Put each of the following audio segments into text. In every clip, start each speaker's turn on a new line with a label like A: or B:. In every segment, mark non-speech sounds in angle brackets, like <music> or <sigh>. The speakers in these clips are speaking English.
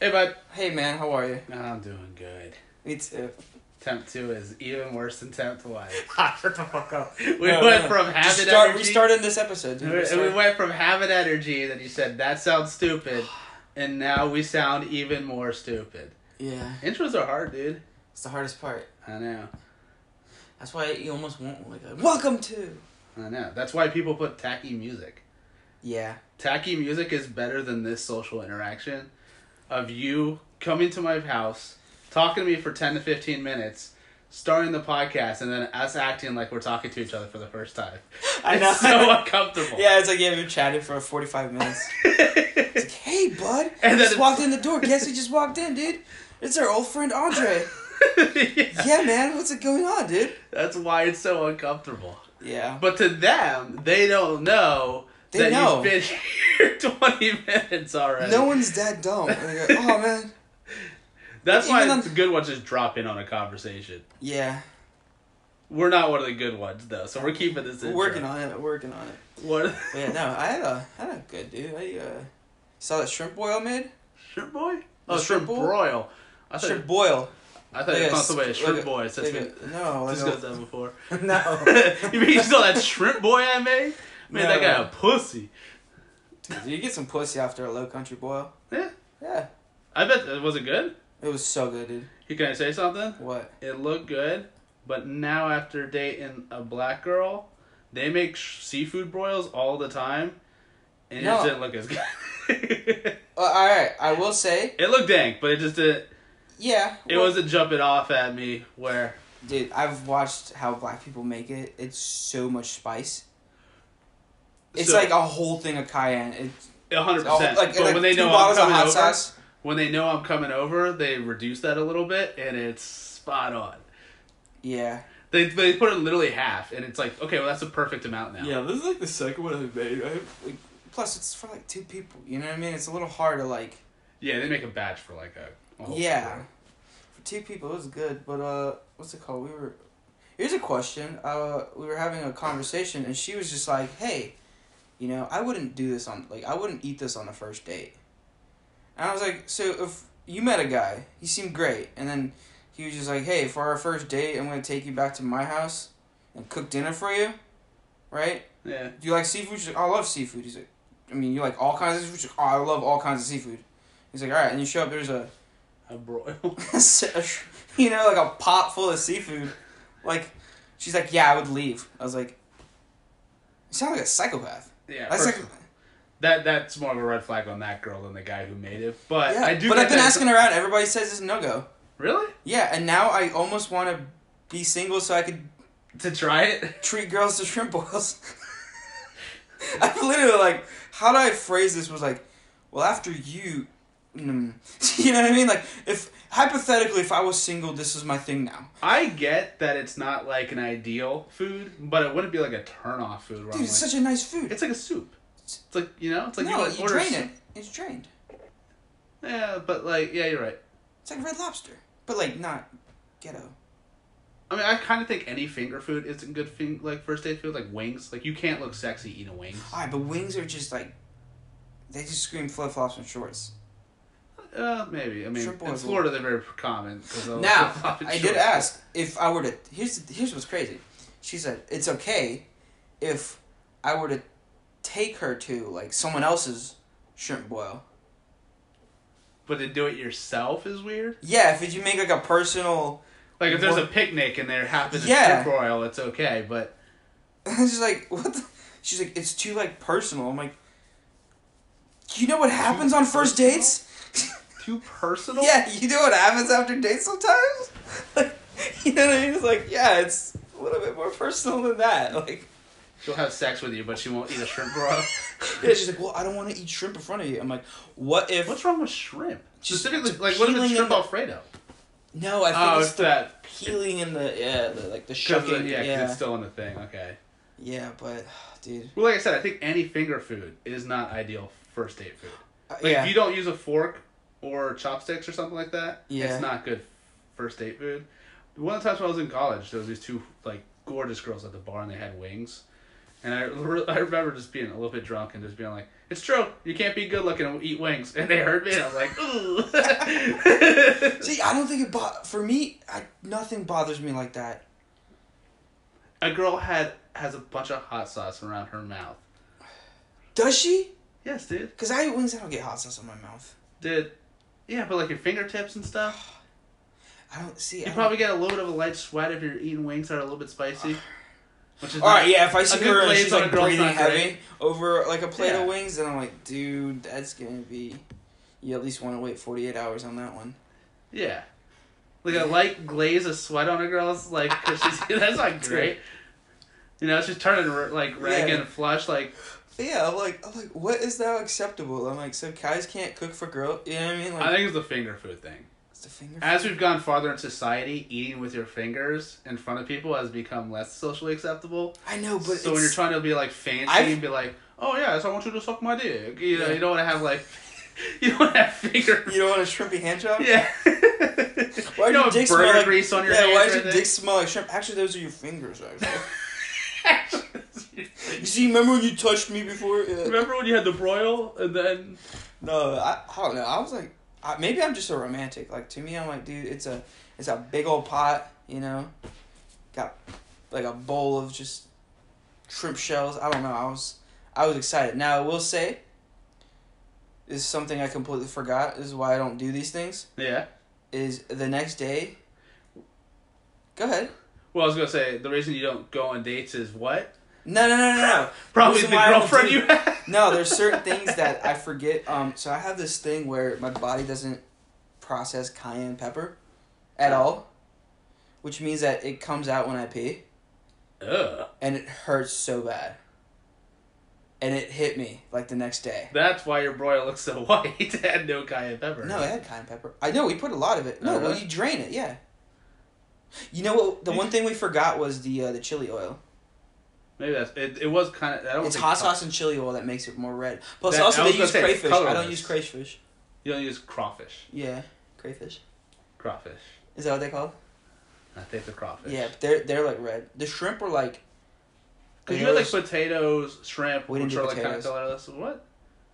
A: Hey, bud.
B: Hey man, how are you? uh,
A: I'm doing good.
B: Me <laughs> too.
A: Temp 2 is even worse than Temp
B: <laughs>
A: 1.
B: Shut the fuck up.
A: We went from
B: Just
A: habit
B: start,
A: energy.
B: We started this episode. Dude. We
A: We, we
B: started-
A: went from habit energy that you said, that sounds
B: <sighs>
A: stupid, and now we sound even more stupid.
B: yeah,
A: Intros are hard, dude.
B: it's the hardest part.
A: I know.
B: That's why you almost want like a welcome to.
A: I know. That's why people put tacky music.
B: Yeah.
A: Tacky music is better than this social interaction of you coming to my house, talking to me for 10 to 15 minutes, starting the podcast, and then us acting like we're talking to each other for the first time.
B: I know.
A: It's
B: <laughs>
A: so uncomfortable.
B: Yeah, it's like you haven't chatted for 45 minutes. It's like, <laughs> hey, bud.
A: And then
B: just
A: it's-
B: walked in the door. Guess who just walked in, dude? It's our old friend <laughs> Andre.
A: <laughs> Yeah.
B: yeah, man. What's it going on, dude?
A: That's why it's so uncomfortable.
B: Yeah.
A: But to them, they don't know
B: They
A: that
B: know.
A: you've been <laughs> here 20 minutes already.
B: No one's that dumb. And they go, oh, man.
A: That's why
B: even
A: it's a good one to just drop in on a conversation.
B: Yeah.
A: We're not one of the good ones, though, so we're keeping this
B: We're
A: intro.
B: working on it. We're working on it.
A: What?
B: But yeah, no, I had a, I had a good dude. I uh, saw that shrimp boil I made.
A: <laughs> Shrimp boy? Oh,
B: The
A: shrimp
B: shrimp boil?
A: broil. I thought,
B: Shrimp boil.
A: I thought you called somebody a shrimp boy since we
B: no,
A: <laughs>
B: like
A: discussed
B: a,
A: that
B: <laughs>
A: before.
B: no.
A: <laughs> you mean you saw that shrimp boy I made? Man, that
B: No.
A: guy a pussy.
B: <laughs> Dude, you get some pussy after a low country boil.
A: Yeah.
B: Yeah,
A: I bet that wasn't good.
B: it was so good, dude.
A: Can I say something?
B: What?
A: It looked good, but now after dating a black girl, they make sh- seafood broils all the time, and it just
B: No.
A: didn't look as good.
B: Uh, all right, I will say,
A: <laughs> it looked dank, but it just didn't.
B: yeah.
A: It
B: well,
A: wasn't jumping off at me. Where
B: dude. I've watched how black people make it. It's so much spice. It's
A: So-
B: like a whole thing of cayenne. It's
A: a hundred
B: a whole,
A: percent.
B: Oh, like,
A: But
B: like
A: when they
B: two
A: know I'm
B: bottles of
A: coming
B: hot
A: over,
B: sauce.
A: when they know I'm coming over, they reduce that a little bit, and it's spot on.
B: Yeah.
A: They they put it literally half, and it's like okay, well that's the perfect amount now.
B: this is like the second one I've made. I like, plus, it's for like two people. You know what I mean? It's a little hard to like.
A: Yeah, they make a batch for like a. a whole
B: yeah.
A: store.
B: For two people, it was good, but uh, what's it called? We were. Here's a question. Uh, we were having a conversation, and she was just like, "Hey, you know, I wouldn't do this on like I wouldn't eat this on the first date." And I was like, "So if you met a guy, he seemed great, and then he was just like, "Hey, for our first date, I'm gonna take you back to my house and cook dinner for you, right?
A: Yeah.
B: Do you like seafood? She's like, "Oh, I love seafood. He's like, I mean, you like all kinds of seafood? She's like, oh, I love all kinds of seafood. He's like, all right, and you show up. There's a <laughs>
A: A broil. <laughs>
B: you know, like a pot full of seafood. Like, she's like, yeah, I would leave. I was like, you sound like a psychopath.
A: Yeah.
B: That's
A: first-
B: like,
A: That that's more of a red flag on that girl than the guy who made it. But
B: yeah.
A: I do.
B: but
A: get
B: I've been
A: that-
B: asking around. Everybody says it's no go.
A: Really
B: Yeah, and now I almost want to be single so I could
A: to try it.
B: treat girls to shrimp <laughs> boils. I'm literally like, how do I phrase this? Was like, well, after you, mm. <laughs> you know what I mean? Like, if hypothetically, if I was single, this is my thing now.
A: I get that it's not like an ideal food, but it wouldn't be like a turn off food. Where
B: Dude,
A: I'm
B: it's
A: like,
B: such a nice food.
A: Oh it's like a soup. It's like you know, it's like
B: no,
A: would
B: you drain
A: soup.
B: it. It's drained.
A: Yeah, but like yeah, you're right.
B: It's like Red Lobster, but like not ghetto.
A: I mean, I kind of think any finger food isn't good. Thing, like first date food, like wings. Like you can't look sexy eating wings.
B: All right, but wings are just like they just scream flip flops and shorts.
A: Uh, maybe. I mean,
B: Shrimp
A: in
B: boils.
A: Florida they're very common. 'cause they'll- <laughs>
B: Now
A: they'll pop it
B: I
A: short.
B: did ask if I were to. Here's the, here's what's crazy. She said it's okay if I were to take her to like someone else's shrimp boil.
A: but to do it yourself is weird.
B: Yeah, if you make like a personal, <laughs>
A: Like if there's a
B: What?
A: picnic and there happens
B: Yeah.
A: a shrimp broil, it's okay. But
B: she's like what? The? She's like it's too like personal. I'm like, you know what happens on first
A: personal?
B: dates? <laughs>
A: too personal.
B: Yeah, you know what happens after dates sometimes? <laughs> Like, you know what I mean? It's like, yeah, it's a little bit more personal than that. Like,
A: She'll have sex with you, but she won't eat a shrimp
B: <laughs>
A: broil.
B: yeah, she's like, well, I don't want to eat shrimp in front of you. I'm like, what if?
A: What's wrong with shrimp?
B: Just-
A: Specifically,
B: just
A: like what if
B: peeling
A: it's
B: in
A: shrimp
B: the-
A: alfredo?
B: No, I think
A: Oh,
B: it's
A: it's
B: the
A: that.
B: peeling and the yeah, the, like the
A: 'cause, uh,
B: shucking.
A: yeah,
B: yeah,
A: 'cause it's
B: yeah,
A: still in the thing. Okay.
B: but <sighs> dude,
A: Well, like I said, I think any finger food is not ideal first date food.
B: Uh,
A: Like
B: yeah,
A: if you don't use a fork or chopsticks or something like that,
B: Yeah.
A: it's not good first date food. One of the times when I was in college, there was these two like gorgeous girls at the bar and they had wings, And I, re- <laughs> I remember just being a little bit drunk and just being like, "It's true, you can't be good looking and eat wings." And they heard me, and I'm like,
B: <laughs>
A: "Ooh."
B: See, I don't think it bo- for me. I, nothing bothers me like that.
A: a girl had has a bunch of hot sauce around her mouth.
B: Does she?
A: Yes, dude.
B: Cause I eat wings, I don't get hot sauce on my mouth.
A: Dude, yeah, but like your fingertips and stuff,
B: I don't see. I
A: you
B: don't-
A: probably get a little bit of a light sweat if you're eating wings that are a little bit spicy. Which is
B: All right,
A: not-
B: yeah. If I
A: A
B: see
A: good
B: her and
A: glaze
B: she's
A: on a
B: like
A: girl's
B: breathing
A: not
B: heavy
A: great.
B: over like a plate
A: Yeah.
B: of wings, then I'm like, dude, that's gonna be. You at least want to wait 48 hours on that one.
A: Yeah. Like a light glaze of sweat on a girl's like 'cause she's <laughs> that's not great. You know, she's turning r- like rag
B: Yeah.
A: and flush. Like
B: But yeah, I'm like, I'm like, what is now acceptable? I'm like, so guys can't cook for girl. You know what I mean? Like,
A: I think it's the finger food thing.
B: it's the finger.
A: As we've gone farther in society, eating with your fingers in front of people has become less socially acceptable.
B: I know, Oh, but
A: so when you're
B: it's,
A: trying to be like fancy
B: I've-
A: and be like, "Oh yeah, so I want you to suck my dick," you know,
B: Yeah.
A: you don't want to have like, <laughs> you don't want to have finger.
B: <laughs> you don't want a shrimpy hand job.
A: Yeah.
B: Why
A: you
B: does
A: don't
B: your
A: have
B: dick
A: burger
B: smell like
A: grease on your
B: yeah?
A: hands
B: Why
A: or
B: does your
A: anything.
B: dick smell like shrimp? Actually, those are your fingers. Actually, <laughs>
A: <laughs>
B: you see, remember when you touched me before? Yeah.
A: Remember when you had the broil and then
B: No, I, I don't know. I was like, I, maybe I'm just a romantic. Like to me, I'm like, dude, it's a it's a big old pot, you know, got like a bowl of just shrimp shells. I don't know. I was I was excited. Now I will say, this is something I completely forgot. This is why I don't do these things.
A: yeah.
B: Is the next day. Go ahead.
A: Well, I was gonna say the reason you don't go on dates is what?
B: No, no, no, no, no.
A: Probably
B: Reason
A: the
B: why I don't
A: girlfriend
B: do-
A: you had.
B: No, there's certain things that I forget. Um, so I have this thing where my body doesn't process cayenne pepper at all, which means that it comes out when I pee,
A: <laughs> Ugh,
B: and it hurts so bad. And it hit me like the next day.
A: that's why your broil looks so <laughs> white. it had no cayenne pepper.
B: No, it had cayenne pepper. I know we put a lot of it. No,
A: Oh,
B: well
A: really?
B: you drain it, yeah. You know what? The one thing we forgot was the uh, the chili oil.
A: maybe that's it. It was kind of. I don't.
B: It's
A: think
B: hot
A: craw-
B: sauce and chili oil that makes it more red. Plus,
A: That- I
B: also
A: was
B: they
A: gonna
B: use
A: say, it's
B: crayfish. I don't
A: colorless.
B: use crayfish.
A: You don't use crawfish.
B: Yeah, crayfish.
A: Crawfish.
B: Is that what they call? it?
A: I think the crawfish.
B: Yeah, but they're they're like red. The shrimp are like.
A: Cause you
B: know
A: had like
B: those-
A: potatoes, shrimp,
B: We didn't
A: which
B: do
A: are like kind of
B: potatoes.
A: colorless. What?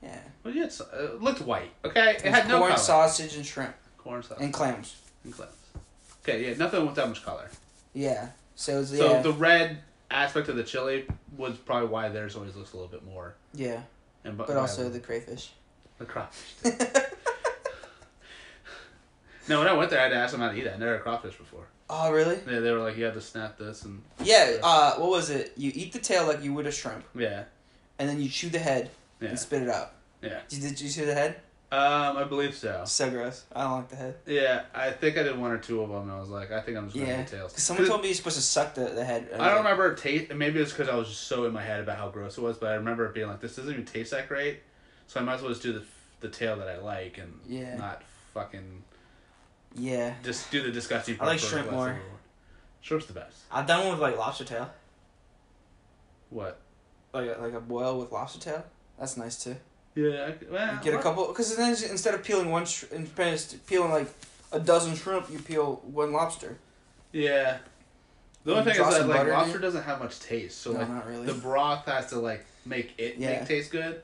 B: yeah.
A: Well, yeah, it's, uh, it looked white. Okay, it,
B: It
A: had no
B: corn,
A: color.
B: sausage, and shrimp,
A: corn sauce.
B: and clams.
A: and clams. Okay, yeah, nothing with that much color.
B: Yeah. So it's,
A: So
B: yeah,
A: the red aspect of the chili was probably why theirs always looks a little bit more.
B: yeah,
A: And
B: but also the crayfish. <laughs>
A: the crawfish.
B: oh
A: No, when I went there, I had to ask them how to eat it. I never had crawfish before.
B: Oh, really?
A: They, they were like, you have to snap this and
B: Yeah. Uh, what was it? You eat the tail like you would a shrimp,
A: yeah,
B: and then you chew the head
A: yeah.
B: and spit it out.
A: Yeah.
B: Did, did you chew the head?
A: Um, I believe so.
B: So gross. I don't like
A: <laughs>
B: the head.
A: Yeah, I think I did one or two of them. And I was like, I think I'm just gonna
B: Yeah.
A: do tails.
B: Cause someone
A: 'Cause
B: told me you're supposed to suck the, the head.
A: I don't remember it taste. Maybe it's because I was just so in my head about how gross it was, but I remember it being like, this doesn't even taste that great. So I might as well just do the the tail that I like and
B: Yeah.
A: not fucking
B: Yeah.
A: just do the disgusting.
B: I
A: part
B: like
A: for a
B: shrimp
A: glass
B: more.
A: of water. Shrimp's the best.
B: I've done one with like lobster tail,
A: What?
B: like a, like a boil with lobster tail. That's nice too.
A: Yeah. I, c- well,
B: You get
A: Uh,
B: a
A: what?
B: couple because then it's- instead of peeling one sh- instead of peeling like a dozen shrimp, you peel one lobster.
A: Yeah. The only
B: You
A: thing
B: draw
A: is that
B: some
A: like
B: butter,
A: lobster
B: dude?
A: doesn't have much taste, so
B: no,
A: like
B: not really.
A: the broth has to like make it
B: Yeah.
A: make taste good,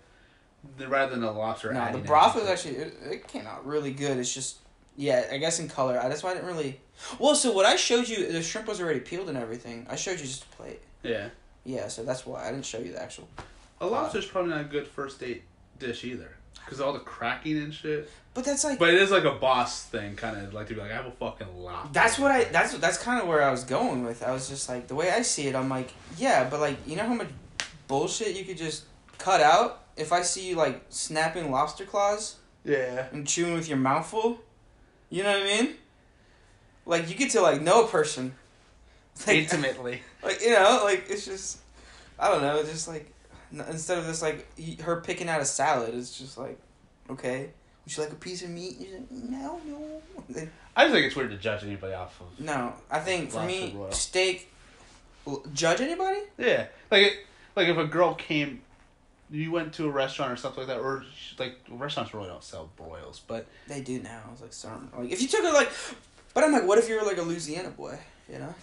A: th- rather than the lobster.
B: no, the
A: adding
B: broth
A: anything
B: was
A: to it.
B: actually it, it came out really good. It's just yeah, I guess in color. I, that's why I didn't really. Well, so what I showed you, the shrimp was already peeled and everything. I showed you just a plate.
A: yeah.
B: Yeah, so that's why I didn't show you the actual.
A: A lobster's probably not a good first date dish either, because all the cracking and shit.
B: But that's like
A: But it is like a boss thing, kind of like to be like, I have a fucking lobster.
B: That's what I. That's that's kind of where I was going with. I was just like the way I see it. I'm like, yeah, but like you know how much bullshit you could just cut out. If I see you like snapping lobster claws
A: Yeah.
B: and chewing with your mouth full, you know what I mean? Like you get to like know a person. <laughs> Like,
A: Intimately.
B: Like you know, like it's just, I don't know, it's just like n- instead of this like he- her picking out a salad, it's just like, okay, would you like a piece of meat? You're like, no, no. Like,
A: I just think it's weird to judge anybody off of.
B: no, I think for me,
A: Lobster roll.
B: steak. l- Judge anybody?
A: Yeah, like it, like if a girl came, you went to a restaurant or something like that, or sh- like restaurants really don't sell broils, but
B: They do now. It's like certain. Like if you took it like, but I'm like, what if you were like a Louisiana boy? You know,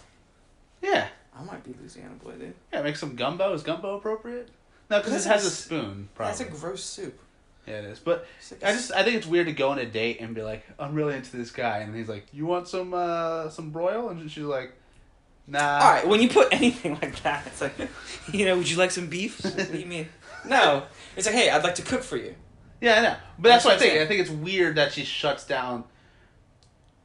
A: yeah,
B: I might be Louisiana boy, dude.
A: Yeah, make some gumbo. Is gumbo appropriate? No, because
B: That's
A: it has a
B: like-
A: spoon.
B: That's
A: Probably.
B: a gross soup.
A: yeah, it is. But
B: It's like a
A: I just I think it's weird to go on a date and be like, I'm really into this guy, and he's like, you want some uh some broil? And she's like, Nah.
B: All right, when you put anything like that, it's like, <laughs> you know, would you like some beef? What do you <laughs> mean? No, it's like, hey, I'd like to cook for you.
A: Yeah, I know. But that's,
B: That's
A: what
B: what
A: I
B: I'm
A: think.
B: saying.
A: I think it's weird that she shuts down.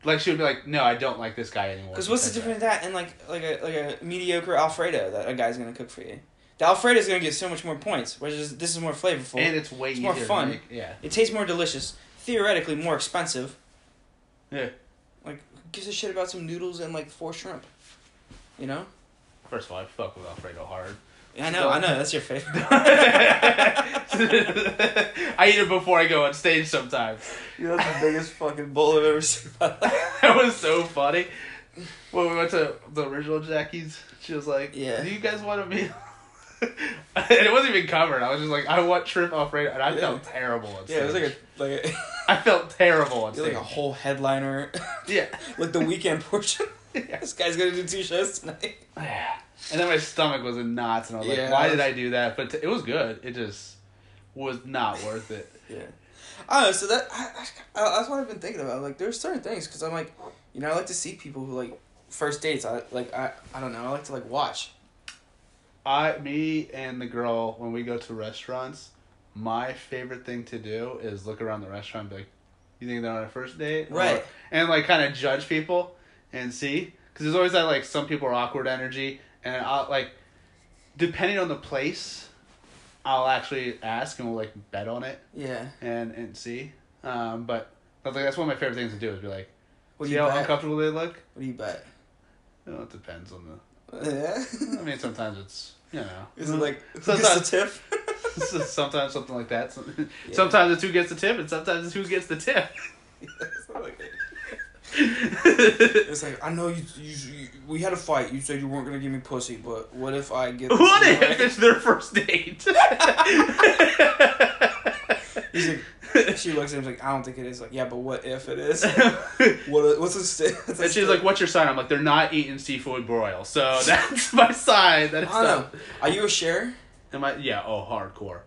A: Like she would be like, "No, I don't like this guy anymore."
B: Because what's the difference in that and like like a like a mediocre Alfredo that a guy's gonna cook for you? The Alfredo's gonna get so much more points, whereas this- this is more flavorful.
A: And it's way
B: It's
A: easier.
B: more
A: to
B: fun.
A: make. Yeah.
B: it tastes more delicious, theoretically more expensive.
A: Yeah.
B: Like, who gives a shit about some noodles and like four shrimp? You know.
A: First of all, I fuck with Alfredo
B: <laughs>
A: hard.
B: I know, I know. That's your favorite.
A: I eat it before I go on stage sometimes.
B: Yeah, <laughs> that's the biggest fucking bowl I've ever seen.
A: that was so funny. When we went to the original Jackie's, she was like,
B: Yeah.
A: do you guys want to be?" <laughs> and it wasn't even covered. I was just like, "I want shrimp Alfredo," and I
B: Yeah.
A: felt terrible on stage.
B: yeah, it was like a <laughs> like a,
A: I felt terrible on
B: you're like
A: stage.
B: a whole headliner. <laughs>
A: yeah. <laughs>
B: like the weekend portion. <laughs>
A: Yeah.
B: this guy's gonna do two shows tonight.
A: And then my stomach was in knots, and I was like,
B: Yeah,
A: "Why
B: I
A: did
B: was-
A: I do that?" But t- it was good. It just was not worth it.
B: Yeah. I don't know. So that I, I, I- that's what I've been thinking about. Like, there's certain things because I'm like, you know, I like to see people who like first dates. I like I I don't know. I like to like watch.
A: I, me, and the girl, when we go to restaurants, my favorite thing to do is look around the restaurant, and be like, "You think they're on a first date?" Or-
B: Right.
A: and like kind of judge people and see, because there's always that like some people are awkward energy, and I'll like, depending on the place, I'll actually ask and we'll like bet on it
B: Yeah.
A: and and see. Um, but that's like that's one of my favorite things to do is be like,
B: What do
A: see
B: you
A: how
B: bet?
A: uncomfortable they look.
B: What do you bet?
A: Oh, it depends on the.
B: Yeah.
A: I mean, sometimes it's you know.
B: <laughs> Is it like who gets the
A: Sometimes-
B: tip? <laughs>
A: So sometimes something like that. Some-
B: Yeah.
A: Sometimes it's who gets the tip, and sometimes it's who gets the
B: <laughs>
A: tip.
B: It's like- it's like I know you, you, you. We had a fight. You said you weren't gonna give me pussy, but what if I get? this
A: what
B: right?
A: if it's their first date?
B: He's like, <laughs> she looks at him she's like, I don't think it is. Like, yeah, but what if it is? What? What's a <laughs> sti- what's
A: <laughs>
B: a
A: and she's
B: sti-
A: like, "What's your sign?" I'm like, "They're not eating seafood broil, so <laughs> that's my sign." That
B: I
A: it's
B: don't know.
A: not.
B: Are you a sharer?
A: Am I? Yeah. Oh, hardcore.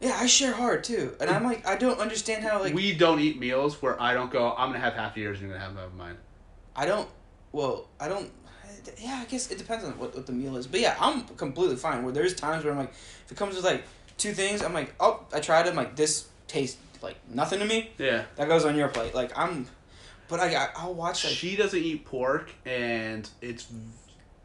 B: Yeah, I share hard too, and I'm like, I don't understand how like
A: we don't eat meals where I don't go. I'm gonna have half yours, and you're gonna have half mine.
B: I don't. Well, I don't. Yeah, I guess it depends on what, what the meal is, but yeah, I'm completely fine. Where there's times where I'm like, if it comes with like two things, I'm like, oh, I tried it. I'm like, this tastes like nothing to me.
A: Yeah.
B: That goes on your plate. Like I'm, but I I- I'll watch like
A: She doesn't eat pork, and it's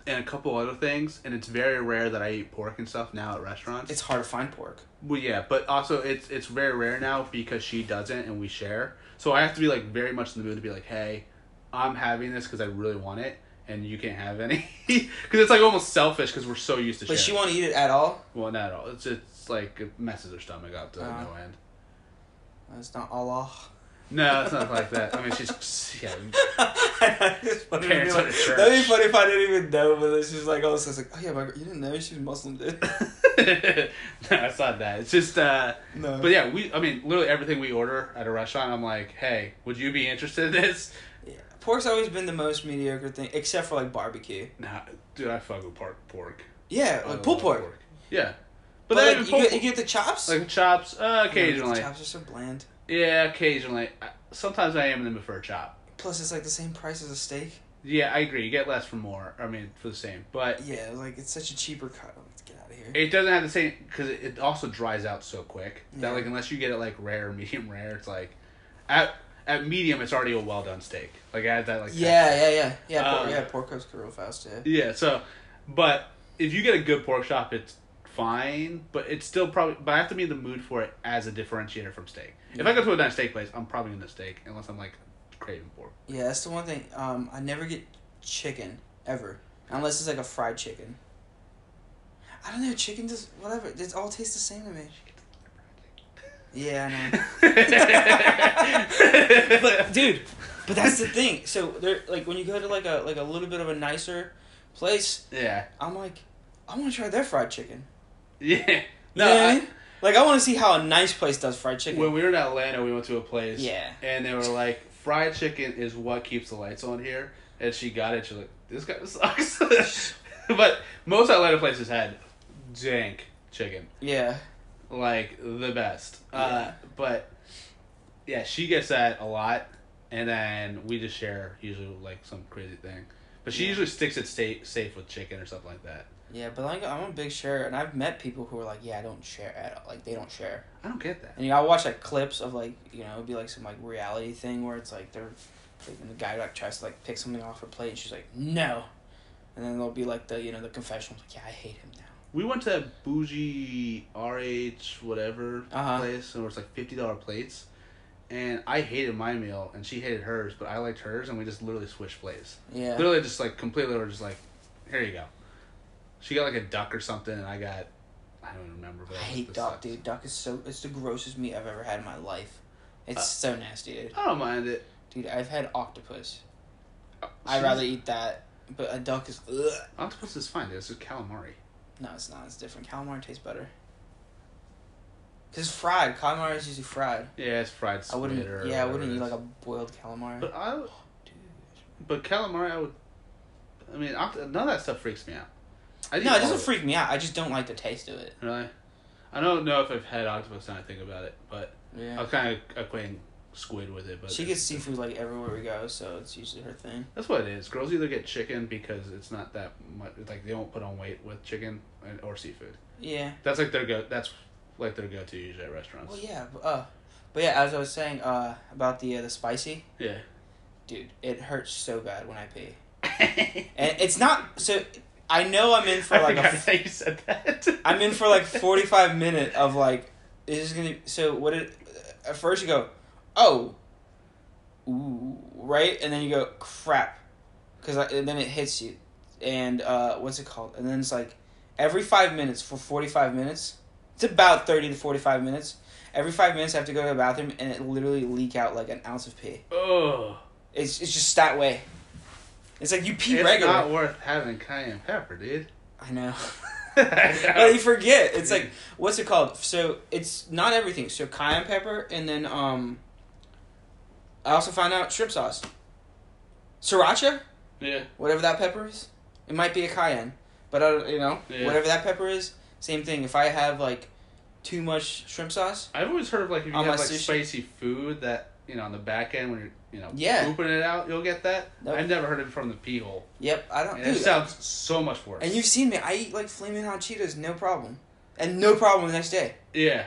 A: and a couple other things, and it's very rare that I eat pork and stuff now at restaurants.
B: it's hard to find pork.
A: Well, yeah, but also it's it's very rare now because she doesn't and we share. So I have to be like very much in the mood to be like, hey, I'm having this because I really want it, and you can't have any <laughs> because it's like almost selfish because we're so used to.
B: But she
A: sharing.
B: won't eat it at all.
A: well, not at all. It's it's like it messes her stomach up to
B: Uh-huh.
A: no end.
B: That's not Allah.
A: No, it's not like that. I mean, she's <laughs> yeah.
B: <laughs> It's funny to be
A: Parents
B: like-
A: at a church.
B: That'd be funny if I didn't even know, but then she's like, oh, so it's like, oh yeah, but you didn't know she was Muslim, dude. <laughs>
A: no, it's not that. It's just uh.
B: No.
A: But yeah, we. I mean, literally everything we order at a restaurant, I'm like, hey, would you be interested in this? <laughs>
B: yeah. Pork's always been the most mediocre thing, except for like barbecue.
A: Nah, dude, I fuck with pork. Pork.
B: Yeah,
A: I
B: like
A: love
B: Uh, pulled pork.
A: Yeah, Oh, but,
B: But,
A: then
B: like,
A: even
B: you,
A: pulled
B: get, you
A: pork-
B: get the chops?
A: like chops uh,
B: Yeah, the
A: occasionally.
B: chops are so bland.
A: Yeah, occasionally. I- Sometimes I am in the mood for a chop.
B: Plus, it's like the same price as a steak.
A: Yeah, I agree. You get less for more. I mean, for the same, but
B: Yeah, like it's such a cheaper cut. I'm like, get out of here.
A: it doesn't have the same because it, it also dries out so quick that
B: Yeah.
A: like unless you get it like rare, <laughs> medium rare, it's like at at medium it's already a well done steak. Like I had that like
B: yeah, yeah, yeah, yeah.
A: Um,
B: pork, yeah, pork cuts real fast. Yeah.
A: Yeah, so but if you get a good pork chop, it's fine, but it's still probably but I have to be in the mood for it as a differentiator from steak. If I go to a nice steak place, I'm probably gonna steak unless I'm like craving
B: <laughs>
A: pork.
B: Yeah, that's the one thing. Um, I never get chicken ever, unless it's like a fried chicken. I don't know. Chicken does whatever. It all tastes the same to me. Yeah, I know.
A: <laughs>
B: but dude, but that's the thing. So there, like when you go to like a like a little bit of a nicer place,
A: Yeah. <laughs>
B: I'm like, I want to try their fried chicken.
A: Yeah.
B: You
A: No,
B: know what I
A: I-
B: mean? like I want to see how a nice place does fried chicken.
A: when we were in Atlanta, we went to a place.
B: Yeah.
A: And they were like, fried chicken is what keeps the lights on here. And she got it. She's like, this guy sucks. <laughs> but most Atlanta places had jank chicken,
B: Yeah.
A: like the best. Uh,
B: Yeah.
A: but yeah, she gets that a lot, and then we just share usually like some crazy thing. But she
B: Yeah.
A: usually sticks it stay, safe with chicken or something like that.
B: Yeah, but like I'm a big sharer, and I've met people who are like, yeah, I don't share at all. Like they don't share.
A: I don't get that.
B: And you know, I watch like clips of like you know, it'd be like some like reality thing where it's like they're, like, and the guy like tries to like pick something off her plate, and she's like, no, and then there'll be like the you know the confessional, like yeah, I hate him now.
A: We went to that bougie RH whatever
B: Uh-huh.
A: place, and it was like fifty dollar plates. And I hated my meal, and she hated hers, but I liked hers, and we just literally switched plates.
B: Yeah.
A: Literally, just like completely, were just like, here you go. She got like a duck or something, and I got, I don't remember. But was
B: I
A: like,
B: hate
A: "This
B: duck,
A: sucks."
B: dude. Duck is so it's the grossest meat I've ever had in my life. It's
A: Uh,
B: so nasty, dude.
A: I don't mind it.
B: Dude, I've had octopus.
A: She's-
B: I'd rather eat that, but a duck is ugh.
A: octopus is fine. Dude. It's just calamari.
B: No, it's not. It's different. Calamari tastes better. Cause it's fried. Calamari is usually fried.
A: Yeah, it's fried
B: I
A: squid.
B: wouldn't.
A: or
B: yeah, I
A: whatever
B: wouldn't
A: it
B: eat
A: is.
B: like a boiled calamari.
A: But I, would-
B: <gasps> Dude.
A: but calamari, I would. I mean, oct- none of that stuff freaks me out. I
B: No, it doesn't freak me out. I just don't like the taste of it.
A: Really, I don't know if I've had octopus now. I think about it, but I
B: Yeah.
A: was kind of equating squid with it. But
B: She gets seafood like everywhere we go, so it's usually her thing.
A: That's what it is. Girls either get chicken because it's not that much. Like they don't put on weight with chicken and- or seafood.
B: Yeah.
A: That's like their go. That's like their go-to usually at restaurants.
B: Well, yeah. But, uh, but yeah, as I was saying uh, about the uh, the spicy,
A: yeah.
B: dude, it hurts so bad when I pee,
A: and <laughs>
B: and it's not so. I know I'm in for
A: I
B: like a
A: forgot that you said that.
B: <laughs> I'm in for like 45 minute of like this is gonna so what it at first you go oh ooh right and then you go crap because and then it hits you and uh what's it called and then it's like every five minutes for 45 minutes it's about 30 to 45 minutes every five minutes I have to go to the bathroom and it literally leak out like an ounce of pee
A: <laughs> Oh,
B: it's it's just that way it's like you pee
A: it's
B: regular
A: not worth having cayenne pepper, dude.
B: I know. <laughs>
A: know.
B: but you forget. It's like what's it called? So it's not everything. So cayenne pepper and then um I also found out shrimp sauce. Sriracha,
A: Yeah.
B: whatever that pepper is. It might be a cayenne, but I don't, you know,
A: Yeah.
B: whatever that pepper is, same thing. If I have like too much shrimp sauce,
A: I've always heard of like if you
B: On
A: have
B: my
A: like
B: sushi.
A: spicy food that you know on the back end when you're you know
B: Yeah.
A: pooping it out, you'll get that.
B: Nope.
A: I've never heard it from the pee hole.
B: yep, I don't
A: And
B: do
A: it sounds so much worse.
B: And you've seen me. I eat like flaming hot Cheetos, no problem. And no problem the next day.
A: yeah.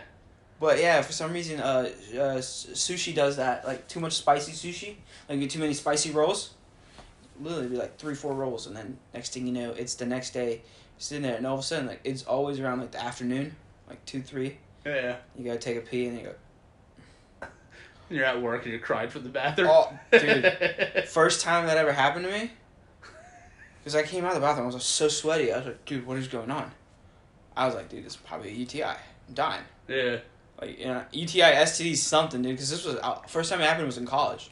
B: But yeah, for some reason, uh, uh, s- sushi does that. Like too much spicy sushi, like you get too many spicy rolls. Literally, be like three, four rolls, and then next thing you know, it's the next day. You're sitting there, and all of a sudden, like it's always around like the afternoon, like two, three.
A: Yeah.
B: You gotta take a pee, and you go.
A: And you're at work and you're crying from the bathroom. <laughs>
B: Oh, dude. First time that ever happened to me, because I came out of the bathroom, I was like, so sweaty. I was like, dude, what is going on? I was like, dude, this is probably a UTI. I'm dying.
A: yeah.
B: Like you know, E UTI, STD, something, dude. Because this was out, first time it happened was in college.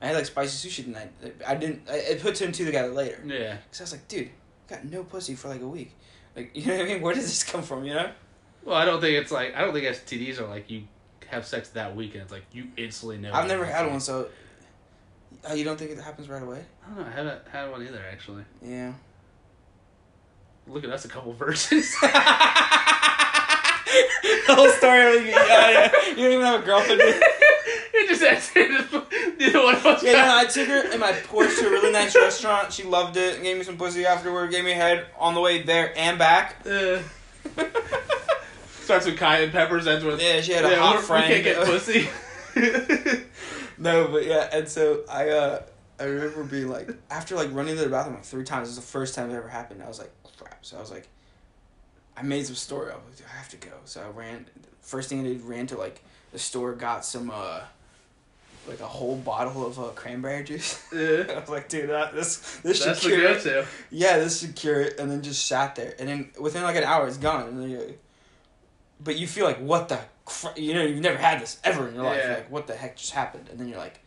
B: I had like spicy sushi the night. I didn't. I, it put two and two together later.
A: Yeah.
B: Because I was like, dude, I got no pussy for like a week. Like <laughs> you know what I mean? Where does this come from? You know?
A: Well, I don't think it's like I don't think STDs are like you have sex that weekend. It's like you instantly know.
B: I've never had one, so. Oh, you don't think it happens right away?
A: I don't know. I haven't had one either. Actually,
B: Yeah.
A: look at us, a couple
B: <laughs>
A: verses. <laughs>
B: the whole story. Like, yeah, yeah. You don't even have a girlfriend. dude.
A: <laughs> it just ends. Neither one of us.
B: Yeah, no, I took her in my Porsche to a really nice restaurant. She loved it. Gave me some pussy afterward. Gave me head on the way there and back.
A: Uh, <laughs> starts with cayenne peppers. Ends with
B: Yeah, she had a
A: Yeah,
B: hot
A: we're-
B: friend.
A: We can't get pussy.
B: <laughs> no, but yeah, and so I uh I remember being like after like running to the bathroom like three times, it was the first time it ever happened. I was like, oh, crap. So I was like I made some story. I was like, "Dude, I have to go. So I ran first thing I did ran to like the store, got some uh like a whole bottle of uh, cranberry juice.
A: <laughs>
B: <laughs>
A: Yeah.
B: I was like, dude, that, this this should
A: That's the
B: cure it."
A: go-to.
B: yeah, this should cure it, and then just sat there, and then within like an hour, it's gone. And then you but you feel like, what the, cr-? you know, you've never had this ever in your life.
A: Yeah.
B: You're like, what the heck just happened? And then you're like,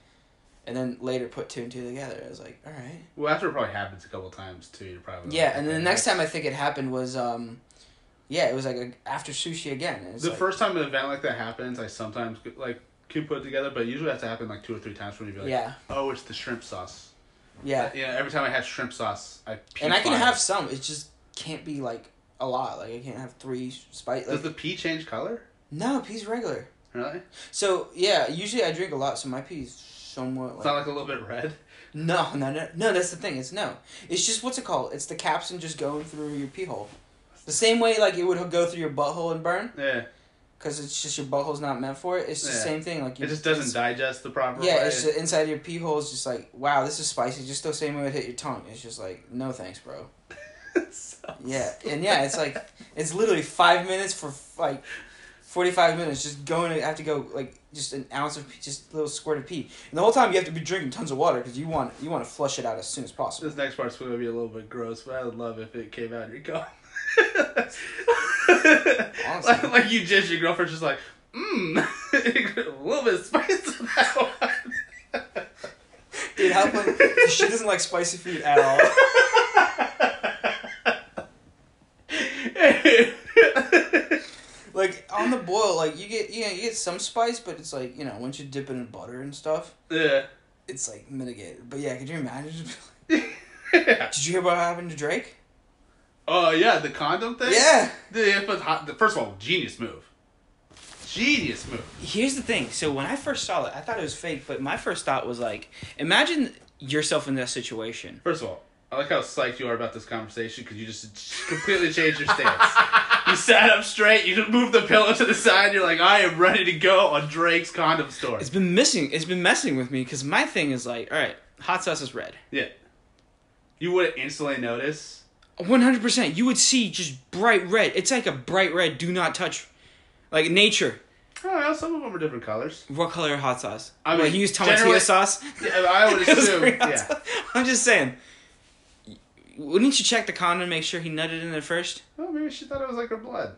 B: and then later put two and two together. I was like, all right.
A: Well, after it probably happens a couple times too. You're probably
B: Yeah, and then the next time I think it happened was, um, yeah, it was like a, after sushi again. and it's
A: the
B: like-
A: first time an event like that happens, I sometimes like can put it together, but it usually has to happen like two or three times for me to be like,
B: Yeah.
A: oh, it's the shrimp sauce.
B: Yeah.
A: You know, every time I had shrimp sauce, I peach
B: and I can
A: vine.
B: have some. It just can't be like a lot. Like I can't have three spice. Like,
A: Does the pea change color?
B: no, pea's regular.
A: Really?
B: So yeah, usually I drink a lot, so my pea's somewhat.
A: It's
B: Like,
A: not like a little bit
B: <laughs>
A: red.
B: no, no, no, no. That's the thing. It's no. It's just what's it called? It's the capsin just going through your pee hole. The same way like it would go through your butthole and burn,
A: Yeah.
B: because it's just your butthole's not meant for it. It's the
A: Yeah.
B: same thing. Like
A: It
B: you-
A: just doesn't
B: it's-
A: digest the proper
B: Yeah,
A: way.
B: it's just inside your pee hole is just like wow, this is spicy. Just the same way it hit your tongue. It's just like no thanks, bro.
A: <laughs> So-
B: Yeah, and yeah, it's like it's literally five minutes for like forty five minutes. Just going to have to go like just an ounce of pee, just a little squirt of pee, and the whole time you have to be drinking tons of water because you want you want to flush it out as soon as possible.
A: <laughs> This next part's gonna be a little bit gross, but I would love if it came out of your gum. <laughs>
B: Honestly.
A: like, like you jizz, your girlfriend's just like, mmm, <laughs> a little bit of spice to that one. <laughs>
B: Dude, how <laughs> funny! she doesn't like spicy food at all. Like on the boil, like you get yeah you get some spice, but it's like you know once you dip it in butter and stuff,
A: yeah.
B: it's like mitigated. But yeah, could you imagine? <laughs>
A: yeah.
B: Did you hear what happened to Drake?
A: <laughs> Oh yeah, the condom thing.
B: Yeah.
A: Dude, it was hot. The first of all, genius move. Genius move.
B: Here's the thing. So when I first saw it, I thought it was fake, but my first thought was like, imagine yourself in that situation.
A: First of all, I like how psyched you are about this conversation because you just completely changed your stance. you sat up straight. You just moved the pillow to the side. You're like, I am ready to go on Drake's condom store.
B: It's been missing. It's been messing with me because my thing is like, all right, hot sauce is red.
A: yeah. You would have instantly notice.
B: One hundred percent. You would see just bright red. It's like a bright red. Do not touch. Like nature.
A: I don't know. Oh, Some of them are different colors.
B: What color are hot sauce?
A: I
B: I
A: mean,
B: mean, you use
A: generally-
B: tomatillo sauce.
A: <laughs> Yeah, I would
B: <laughs> It was
A: assume.
B: green hot
A: yeah.
B: sauce. I'm just saying. Wouldn't you check the condom to make sure he nutted in it first?
A: Oh, maybe she thought it was like her blood.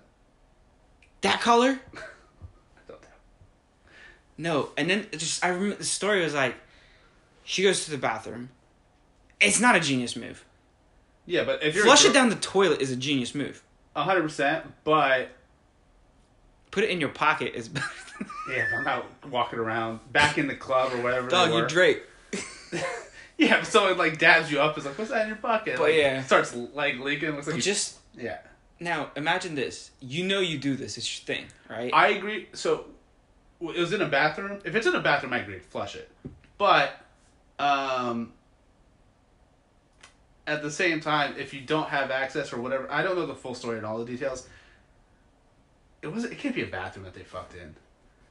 B: That color?
A: I don't know.
B: No, and then it just I remember the story was like, she goes to the bathroom. It's not a genius move.
A: Yeah, but if you're a
B: Flush
A: girl-
B: it down the toilet is a genius move.
A: A hundred percent, but
B: Put it in your pocket is <laughs> better. Than
A: yeah, if I'm out walking around back in the club or whatever.
B: Dog,
A: they
B: you're
A: were.
B: Drake.
A: <laughs> Yeah, if someone like dabs you up, is like, "What's that in your pocket?"
B: But
A: Like,
B: yeah.
A: starts like leaking. Looks like you-
B: Just
A: yeah.
B: now, imagine this. You know you do this. It's your thing, right?
A: I agree. So w- it was in a bathroom. If it's in a bathroom, I agree. Flush it. But um, at the same time, if you don't have access or whatever, I don't know the full story and all the details. It was. It can't be a bathroom that they fucked in.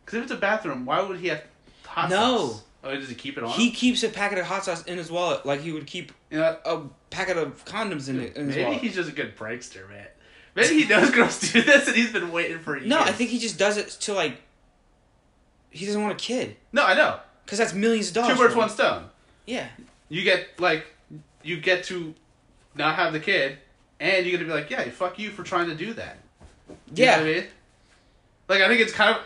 A: Because if it's a bathroom, why would he have hot
B: No.
A: sauce? Oh, does he keep it on?
B: he keeps a packet of hot sauce in his wallet, like he would keep
A: you know,
B: a packet of condoms in, it, in his
A: Maybe
B: wallet.
A: he's just a good prankster, man. Maybe he knows <laughs> girls do this and he's been waiting for years.
B: No, I think he just does it to like. He doesn't want a kid
A: No, I know.
B: because that's millions of dollars.
A: Two birds,
B: for him.
A: one stone.
B: Yeah.
A: You get like you get to not have the kid and you're gonna be like, Yeah, fuck you for trying to do that. You know
B: Yeah.
A: what I mean? Like I think it's kind of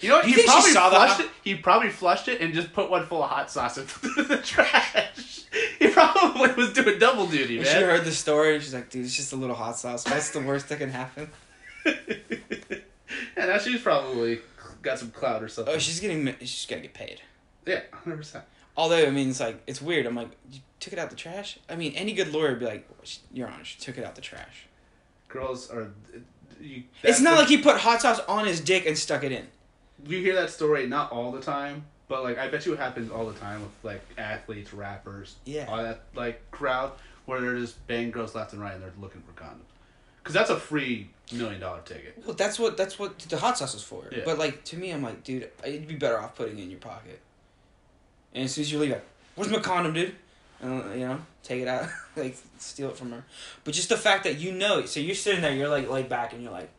A: you know what?
B: You think she saw the
A: flushed
B: hot-
A: it. He probably flushed it and just put one full of hot sauce in <laughs> the trash. He probably was doing double duty,
B: And she
A: <laughs> man.
B: heard the story and she's like, dude, it's just a little hot sauce. What's the worst that can happen?
A: and now she's probably got some clout or something.
B: Oh, she's getting, ma- she's gonna get paid.
A: yeah, hundred percent.
B: Although, I mean, it's like, it's weird. I'm like, you took it out the trash? I mean, any good lawyer would be like, "Sh- Your Honor, she took it out the trash.
A: girls are. You,
B: it's not like he put hot sauce on his dick and stuck it in.
A: you hear that story not all the time, but like I bet you it happens all the time with like athletes, rappers,
B: Yeah.
A: all that like crowd where they're just banging girls left and right and they're looking for condoms because that's a free million dollar ticket.
B: Well, that's what that's what the hot sauce is for.
A: Yeah.
B: But like to me, I'm like, dude, you'd be better off putting it in your pocket. And as soon as you leave, like, where's my condom, dude? And uh, you know, take it out, <laughs> like steal it from her. But just the fact that you know, so you're sitting there, you're like laid back, and you're like,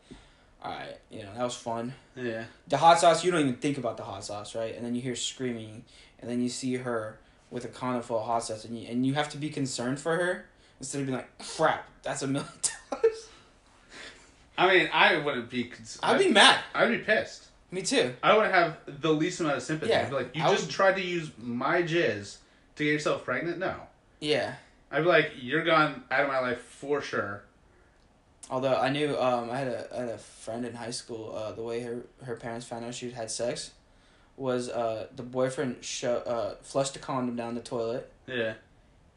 B: all right, you know, that was fun.
A: Yeah,
B: The hot sauce, you don't even think about the hot sauce, right? And then you hear screaming, and then you see her with a condom full of hot sauce, and you and you have to be concerned for her instead of being like, crap, that's a million dollars. <laughs>
A: I mean, I wouldn't be. Cons-
B: I'd be mad.
A: I'd be pissed.
B: Me too.
A: I would have the least amount of sympathy.
B: Yeah,
A: I'd be like, you
B: I
A: just
B: would-
A: tried to use my jizz to get yourself pregnant. No,
B: Yeah.
A: I'd be like, you're gone out of my life for sure.
B: Although I knew um, I had a I had a friend in high school. Uh, the way her her parents found out she'd had sex was uh, the boyfriend sho- uh, flushed a condom down the toilet
A: Yeah,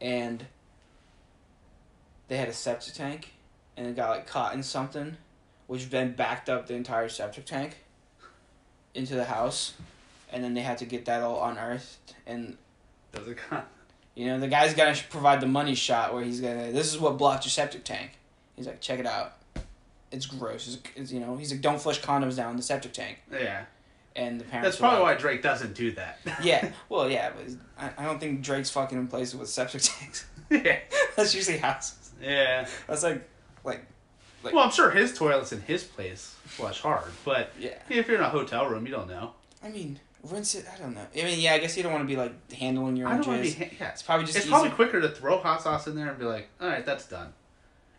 B: and they had a septic tank, and it got like caught in something, which then backed up the entire septic tank into the house, and then they had to get that all unearthed. And
A: Does it count?
B: you know the guy's got to provide the money shot where he's gonna. This is what blocked your septic tank. He's like, check it out. It's gross. It's, it's you know he's like, don't flush condoms down the septic tank.
A: Yeah.
B: And the parents.
A: That's
B: were
A: probably
B: like-
A: why Drake doesn't do that.
B: yeah, well, yeah, but I, I don't think Drake's fucking in places with septic
A: <laughs>
B: <laughs> tanks.
A: <laughs> yeah.
B: That's usually houses.
A: Yeah.
B: That's like, like,
A: Well, I'm sure his toilets in his place flush hard, but
B: yeah.
A: if you're in a hotel room, you don't know.
B: I mean, rinse it. I don't know. I mean, yeah, I guess you don't want to be like handling your
A: I
B: own
A: don't want to be.
B: jizz.
A: Ha- yeah.
B: It's probably just
A: it's
B: easy.
A: probably quicker to throw hot sauce in there and be like, all right, that's done.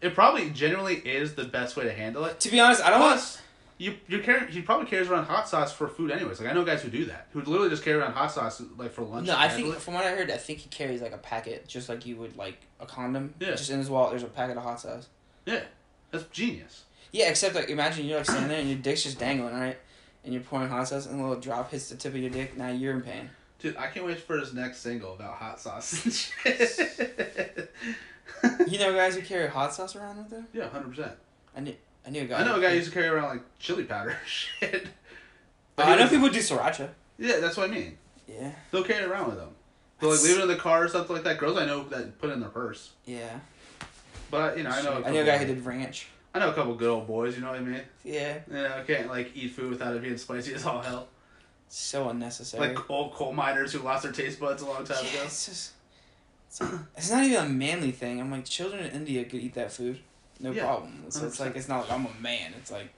A: It probably generally is the best way to handle it.
B: to be honest, I don't want.
A: Plus, you you carry he probably carries around hot sauce for food anyways. Like I know guys who do that who literally just carry around hot sauce like for lunch.
B: No, I
A: casually.
B: think from what I heard, I think he carries like a packet, just like you would like a condom.
A: Yeah.
B: Just in his wallet, there's a packet of hot sauce.
A: yeah, that's genius.
B: Yeah, except like imagine you're like standing there and your dick's just dangling, right? And you're pouring hot sauce, and a little drop hits the tip of your dick. Now you're in pain.
A: Dude, I can't wait for his next single about hot sauce <laughs> and shit.
B: You know, guys who carry hot sauce around with them.
A: yeah, hundred percent.
B: I knew. I knew a guy.
A: I know a guy
B: who-
A: who used to carry around like chili powder <laughs> and shit.
B: Uh,
A: But he
B: I know
A: was-
B: people do sriracha.
A: Yeah, that's what I mean.
B: Yeah.
A: They'll carry it around with them. They'll like leave it in the car or something like that. Girls I know that put it in their purse.
B: Yeah.
A: But you know, I know.
B: I know a
A: couple-
B: guy who did ranch.
A: I know a couple good old boys. You know what I mean?
B: Yeah.
A: You know, I can't like eat food without it being spicy as all hell.
B: So unnecessary.
A: Like old coal miners who lost their taste buds a long time
B: Yeah,
A: ago.
B: it's just. It's, like- it's not even a manly thing. I'm like, children in India could eat that food, no
A: Yeah,
B: problem. So it's
A: 100%.
B: like it's not like I'm a man. It's like,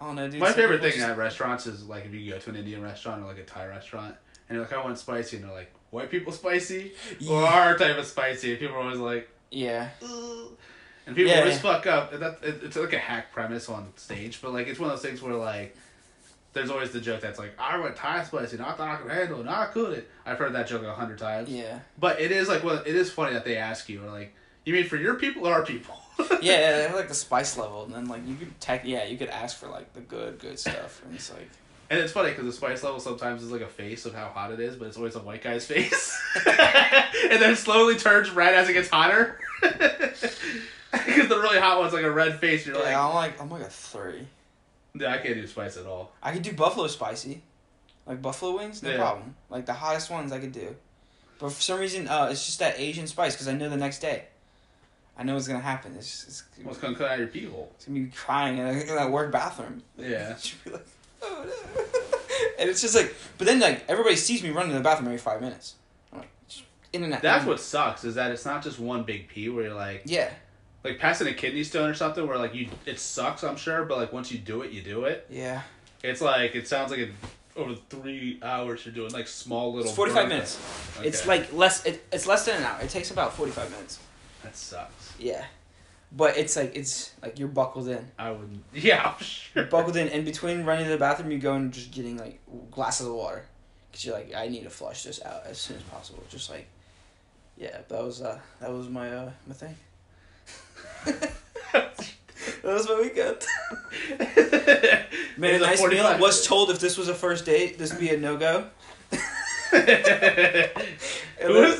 B: I don't know, dude.
A: My
B: some
A: favorite
B: people
A: thing
B: just-
A: at restaurants is like if you go to an Indian restaurant or like a Thai restaurant and you're like, I want spicy, and they're like, white people spicy or
B: Yeah.
A: our type of spicy. And people are always like,
B: yeah,
A: Ugh. and people
B: Yeah,
A: always
B: yeah.
A: fuck up. And that it, it's like a hack premise on stage, but like it's one of those things where like. There's always the joke that's like, I want Thai spicy, not that I can handle, and I couldn't. I've heard that joke a hundred times.
B: yeah,
A: But it is like well, it is funny that they ask you, or like, you mean for your people or our people? <laughs>
B: yeah. yeah they have like the spice level, and then like you could tech, yeah, you could ask for like the good, good stuff, and it's like,
A: And it's funny because the spice level sometimes is like a face of how hot it is, but it's always a white guy's face,
B: <laughs>
A: <laughs> and then slowly turns red as it gets hotter. <laughs> Because the really hot one's like a red face. You're
B: yeah,
A: like,
B: I'm like, I'm like a three.
A: no, I can't do spice at all.
B: I could do buffalo spicy, like buffalo wings, no
A: Yeah.
B: problem. Like the hottest ones I could do, but for some reason, uh, it's just that Asian spice because I know the next day, I know what's gonna happen. It's just, it's,
A: What's gonna come out of your pee hole?
B: it's gonna be crying in, in that work bathroom. <laughs>
A: Yeah.
B: She'd be like, oh no, <laughs> and it's just like, but then like everybody sees me running to the bathroom every five minutes. I'm like, "Shh, in and out.
A: That's
B: in and
A: what sucks is that it's not just one big pee where you're like,
B: out." Yeah,
A: like passing a kidney stone or something where like you, it sucks, I'm sure, but like once you do it, you do it.
B: yeah.
A: It's like it sounds like it, over three hours you're doing like small little.
B: It's forty five
A: burn
B: minutes.
A: things.
B: It's
A: Okay.
B: like less. It, it's less than an hour. It takes about forty five minutes.
A: that sucks.
B: Yeah, but it's like it's like you're buckled in.
A: I would. <laughs> Yeah, I'm sure.
B: You're
A: <laughs>
B: buckled in. In between running to the bathroom, you go and just getting like glasses of water, cause you're like, I need to flush this out as soon as possible. Just like, yeah, that was uh, that was my uh, my thing. <laughs> That was my <laughs> weekend. Man, a
A: It's a
B: nice meal.
A: 45.
B: Was told if this was a first date, this would be a no
A: <laughs>
B: go.
A: Who is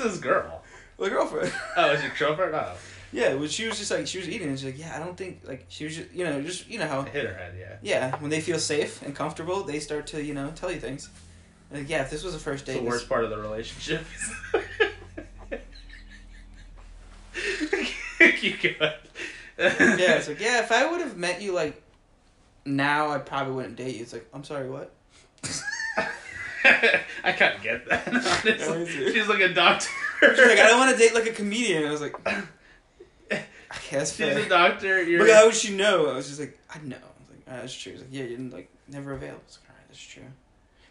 A: this girl?
B: the girlfriend?
A: Oh, is your girlfriend? Oh,
B: Yeah, when she was just like she was eating, and she's like, yeah, I don't think like she was just you know just you know how
A: hit her head. Yeah.
B: yeah when they feel safe and comfortable, they start to you know tell you things. Like yeah, if this was a first
A: It's
B: date,
A: the
B: this-
A: worst part of the relationship. <laughs> Keep going.
B: <laughs> yeah,
A: <laughs>
B: it's like, yeah, if I would have met you like now, I probably wouldn't date you. It's like, I'm sorry,
A: <laughs>
B: what?
A: I kind of get that. <laughs>
B: Yeah, me too.
A: Honestly. She's like a doctor.
B: She's like, I don't want to date like a comedian. I was like, <laughs> I
A: <laughs> She's
B: guess <laughs> fair.
A: a doctor. You're.
B: But how would she know? I was just like, I know. I was like, ah, that's true. It's like, yeah, you're like never available. It's like, all right, that's true.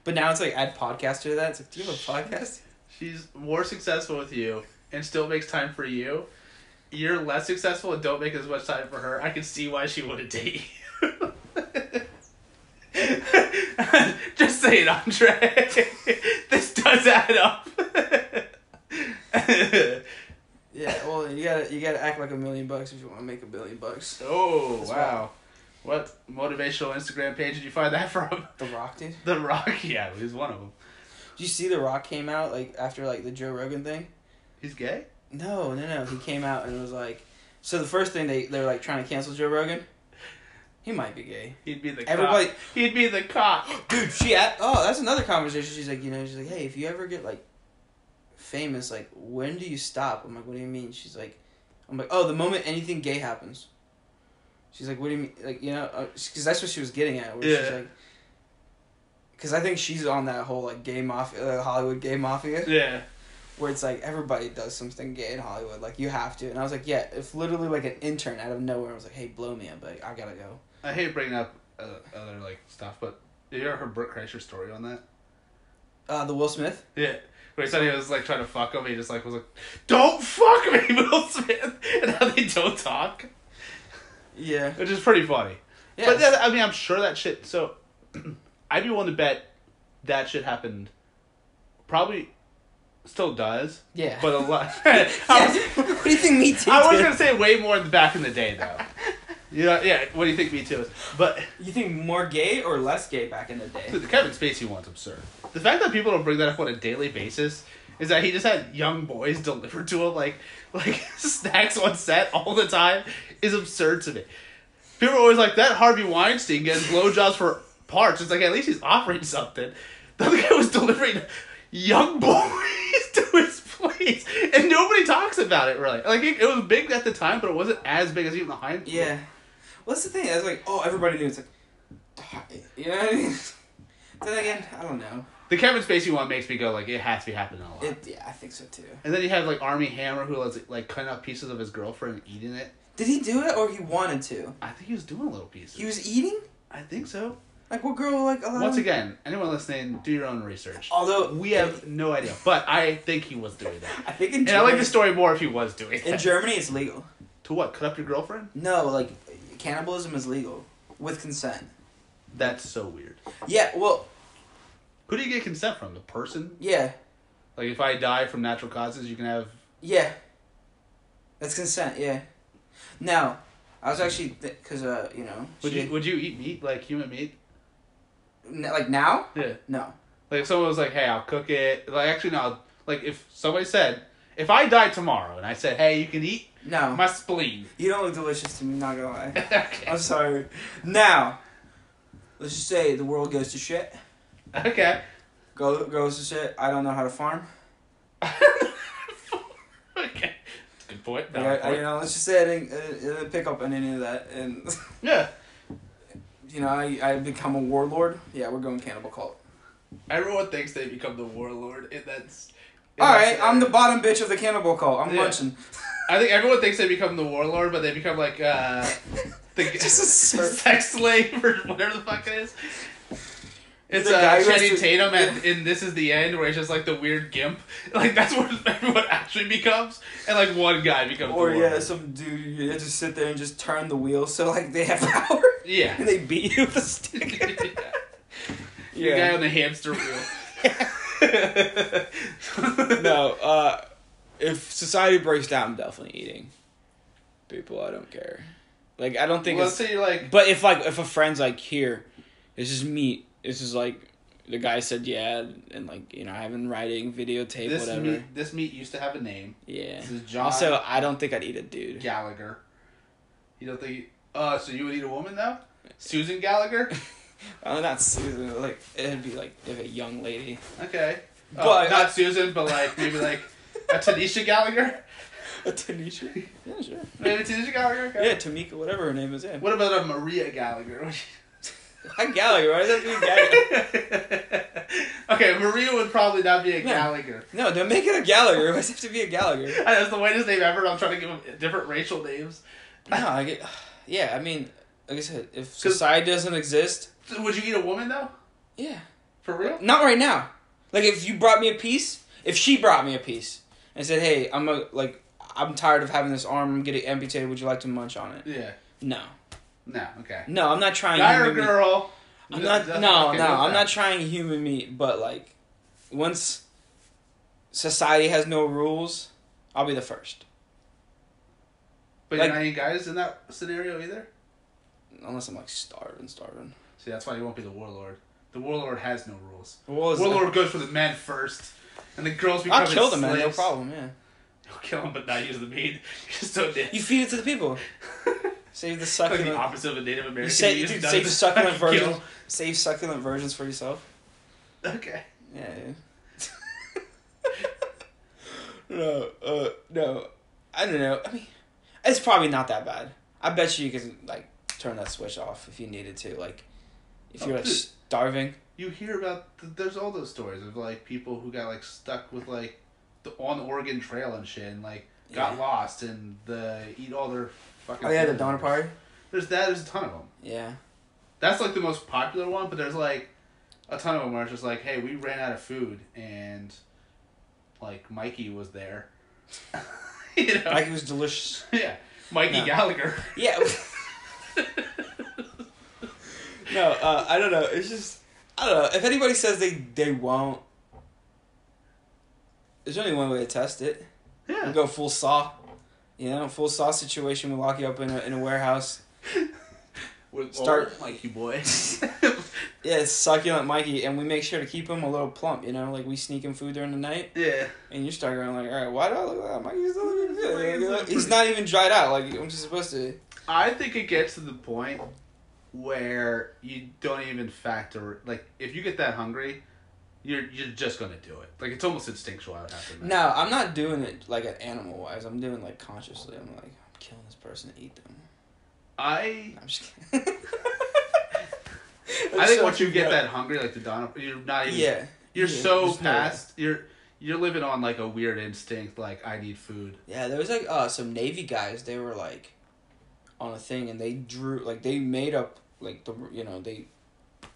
B: But now it's like add podcast to that. It's like, do you have a
A: <laughs>
B: podcast?
A: She's more successful with you and still makes time for you. You're less successful and don't make as much time for her. I can see why she wouldn't date you. <laughs> Just say it, Andre. <laughs> this does add up. <laughs>
B: Yeah. Well, you gotta you gotta act like a million bucks if you want to make a billion bucks.
A: oh
B: That's
A: wow. What motivational Instagram page did you find that from? <laughs>
B: The Rock, dude.
A: The Rock, yeah, he's one of them.
B: Did you see The Rock came out like after like the Joe Rogan thing?
A: He's gay.
B: No, no, no. He came out and was like, so the first thing they they were like trying to cancel Joe Rogan. He might be gay.
A: He'd be the
B: Everybody,
A: cock. He'd be the cock. <gasps>
B: dude. She a oh, that's another conversation. She's like, you know, she's like, hey, if you ever get like famous, like, when do you stop? I'm like, what do you mean? She's like, I'm like, oh, the moment anything gay happens. She's like, what do you mean? Like, you know, because that's what she was getting at. Where she's
A: Yeah.
B: like, because I think she's on that whole like gay mafia, uh, Hollywood gay mafia
A: Yeah.
B: where it's like everybody does something gay in Hollywood, like you have to. And I was like, yeah, if literally like an intern out of nowhere was like, hey, blow me, I'm like, I gotta go.
A: I hate bringing up uh, other like stuff, but you ever heard Burt Kreischer's story on that?
B: Uh, the Will Smith.
A: Yeah. Where he said he was like trying to fuck him, he just like was like, "Don't fuck me, <laughs> Will Smith," and now they don't talk,
B: Yeah.
A: which is pretty funny.
B: Yeah.
A: But that, I mean, I'm sure that shit. So, <clears throat> I'd be willing to bet that shit happened. Probably, still does,
B: yeah.
A: but a <laughs> lot.
B: <laughs> yeah. what do you think <laughs> me too?
A: I was
B: did?
A: gonna say way more in the back in the day
B: <laughs>
A: though. You know, yeah. What do you think Me Too is? But
B: You think more gay or less gay back in the day?
A: the Kevin Spacey one's absurd. The fact that people don't bring that up on a daily basis is that he just had young boys <laughs> delivered to him like like <laughs> snacks on set all the time is absurd to me. People are always like that Harvey Weinstein gets blowjobs for parts. It's like at least he's offering something. The other guy was delivering young boys <laughs> to his place, and nobody talks about it really. Like it, it was big at the time, but it wasn't as big as even the Heinz.
B: Yeah. What's the thing? I was like, oh, everybody knew. It's like, you know what I mean? <laughs> Then again, I don't know.
A: The Kevin Spacey one makes me go like it has to be happening a lot.
B: It, yeah, I think so too.
A: And then you have like Army Hammer who was like cutting up pieces of his girlfriend and eating it.
B: Did he do it or he wanted to?
A: I think he was doing little pieces.
B: He was eating.
A: I think so.
B: Like what girl? Like allowed
A: Once
B: him-
A: again, anyone listening, do your own research.
B: Although
A: We have no idea, but I think he was doing that.
B: I think in
A: And I like
B: Germany,
A: the story more if he was doing
B: in
A: that.
B: Germany it's legal.
A: to what? Cut up your girlfriend?
B: No, like cannibalism is legal with consent.
A: That's so weird.
B: Yeah, well,
A: Who do you get consent from? The person?
B: yeah,
A: Like if I die from natural causes, you can have.
B: yeah. That's consent. Yeah. Now, I was actually because uh you know
A: Would
B: she-
A: you would you eat meat like human meat?
B: n- like now
A: Yeah.
B: no
A: Like if someone was like, "Hey, I'll cook it." Like actually, no. I'll- Like if somebody said, "If I die tomorrow," and I said, "Hey, you can eat
B: no
A: my spleen."
B: you don't look delicious to me. Not gonna lie.
A: okay.
B: I'm sorry. Now, let's just say the world goes to shit.
A: Okay.
B: Go goes to shit. I don't know how to farm.
A: <laughs> okay. Good point.
B: Like,
A: Valid
B: I, I,
A: point.
B: you know, let's just say I didn't, I didn't pick up on any of that and. <laughs>
A: yeah.
B: you know, I, I become a warlord. Yeah, we're going cannibal cult.
A: Everyone thinks they become the warlord, and that's. and
B: All
A: that's
B: right,
A: it.
B: I'm the bottom bitch of the cannibal cult. I'm
A: Yeah.
B: lunching.
A: I think everyone thinks they become the warlord, but they become like
B: <laughs>
A: uh, the
B: Just
A: <laughs>
B: a slur.
A: sex slave or whatever the fuck it is. It's
B: The guy
A: uh,
B: who has
A: Channing
B: to-
A: Tatum
B: <laughs>
A: at, in This Is the End, where he's just like the weird gimp. <laughs> Like that's what everyone actually becomes, and like one guy becomes.
B: Or
A: the
B: yeah,
A: warlord.
B: some dude you have to sit there and just turn the wheel so like they have <laughs> power
A: yeah. <laughs>
B: <laughs> and they beat you with a stick. <laughs>
A: The guy
C: <laughs>
A: on the hamster
B: <laughs>
A: wheel.
C: no, uh, if society breaks down, I'm definitely eating people. I don't care. Like I don't think
A: Well, let's
C: it's.
A: say you're like
C: But if like if a friend's like here, this is meat. This is like the guy said yeah, and like you know I have in writing, videotape,
A: this
C: whatever.
A: meat. This meat used to have a name.
C: Yeah.
A: This is John
C: Also, I don't think I'd eat a dude.
A: Gallagher. You don't think? Uh, so you would eat a woman though? Susan Gallagher.
C: Oh, not Susan. Like it'd be like if a young lady.
A: Okay. Uh,
B: But-
A: not Susan, but like maybe like a Tanisha Gallagher.
C: <laughs>
A: <laughs>
C: A Tanisha. Yeah, sure.
A: Maybe Tanisha Gallagher. Okay.
C: Yeah, Tamika, whatever her name is. Yeah.
A: What about a Maria Gallagher? <laughs>
C: Not Gallagher. Why does that be Gallagher? <laughs>
A: <laughs> okay, Maria would probably not be a
C: No.
A: Gallagher.
C: No, don't make it a Gallagher. Why does it have to be a Gallagher?
A: That's the whitest name ever. and I'm trying to give them different racial names.
C: No, I get, <sighs> yeah, I mean, like I said, if society doesn't exist,
A: So Would you eat a woman though?
C: yeah,
A: For real?
C: not right now. Like if you brought me a piece, if she brought me a piece and said, "Hey, I'm a like, I'm tired of having this arm. I'm getting amputated. Would you like to munch on it?"
A: Yeah.
C: No,
A: No. Okay.
C: no, I'm not trying.
A: Guy or
C: human meat.
A: girl?
C: I'm not.
A: Nothing-
C: No,
A: okay,
C: no,
A: what's
C: I'm
A: that?
C: not trying human meat. But like, once society has no rules, I'll be the first.
A: But
C: like-
A: you're not eating guys in that scenario either.
C: Unless I'm like starving, starving.
A: See, that's why you won't be the warlord. The warlord has no rules.
C: Well,
A: warlord goes for the men first, and the girls become
C: I'll kill the
A: his
C: man. No
A: slaves.
C: problem. Yeah.
A: You'll kill him, but not use the meat. <laughs> You're so dead.
B: You feed it to the people.
A: <laughs>
B: Save the
A: like the
B: succulent.
A: opposite of a Native American.
B: You say,
A: just
B: dude,
A: does
B: save
A: <laughs>
B: the succulent
A: fucking
B: versions. Save succulent versions for yourself.
A: kill. Okay.
B: Yeah. <laughs> yeah. no, uh, no. I don't know. I mean, it's probably not that bad. I bet you you can like turn that switch off if you needed to. Like, if
A: Oh,
B: you're like
A: dude.
B: starving.
A: You hear about th- there's all those stories of like people who got like stuck with like the on the Oregon Trail and shit, and like got
B: Yeah.
A: lost and the eat all their fucking.
D: Oh yeah, the
A: food.
D: Donner Party.
A: There's that. There's a ton of them.
B: Yeah.
A: That's like the most popular one, but there's like a ton of them where it's just like, hey, we ran out of food and like Mikey was there. <laughs> you know?
B: Like it was delicious.
A: yeah. Mikey
B: No. <laughs>
A: Gallagher.
B: Yeah. no, uh, I don't know. It's just I don't know. If anybody says they they won't, there's only one way to test it.
A: yeah.
B: We go full saw. You know, full saw situation. We lock you up in a in a warehouse.
A: With
B: Start-
A: old Mikey
B: <laughs>
A: boy. <laughs>
B: Yeah, it's succulent Mikey, and we make sure to keep him a little plump. You know, like we sneak him food during the night,
A: yeah.
B: and you start going like, all right, why do I look like that? Mikey's not looking
A: Mikey's
B: good.
A: not
B: He's not even dried out. Like I'm just supposed to.
A: I think it gets to the point where you don't even factor like if you get that hungry, you're you're just gonna do it. Like it's almost instinctual I would have to admit.
B: No, I'm not doing it like an animal wise. I'm doing like consciously. I'm like, I'm killing this person to eat them.
A: I
B: I'm just kidding. <laughs>
A: I think once you get that hungry, like the Donald, you're not even.
B: yeah,
A: You're
B: yeah,
A: so
B: there's no way.
A: past. You're you're living on like a weird instinct. Like I need food.
B: yeah, there was like uh some Navy guys. They were like on a thing, and they drew like they made up like the you know they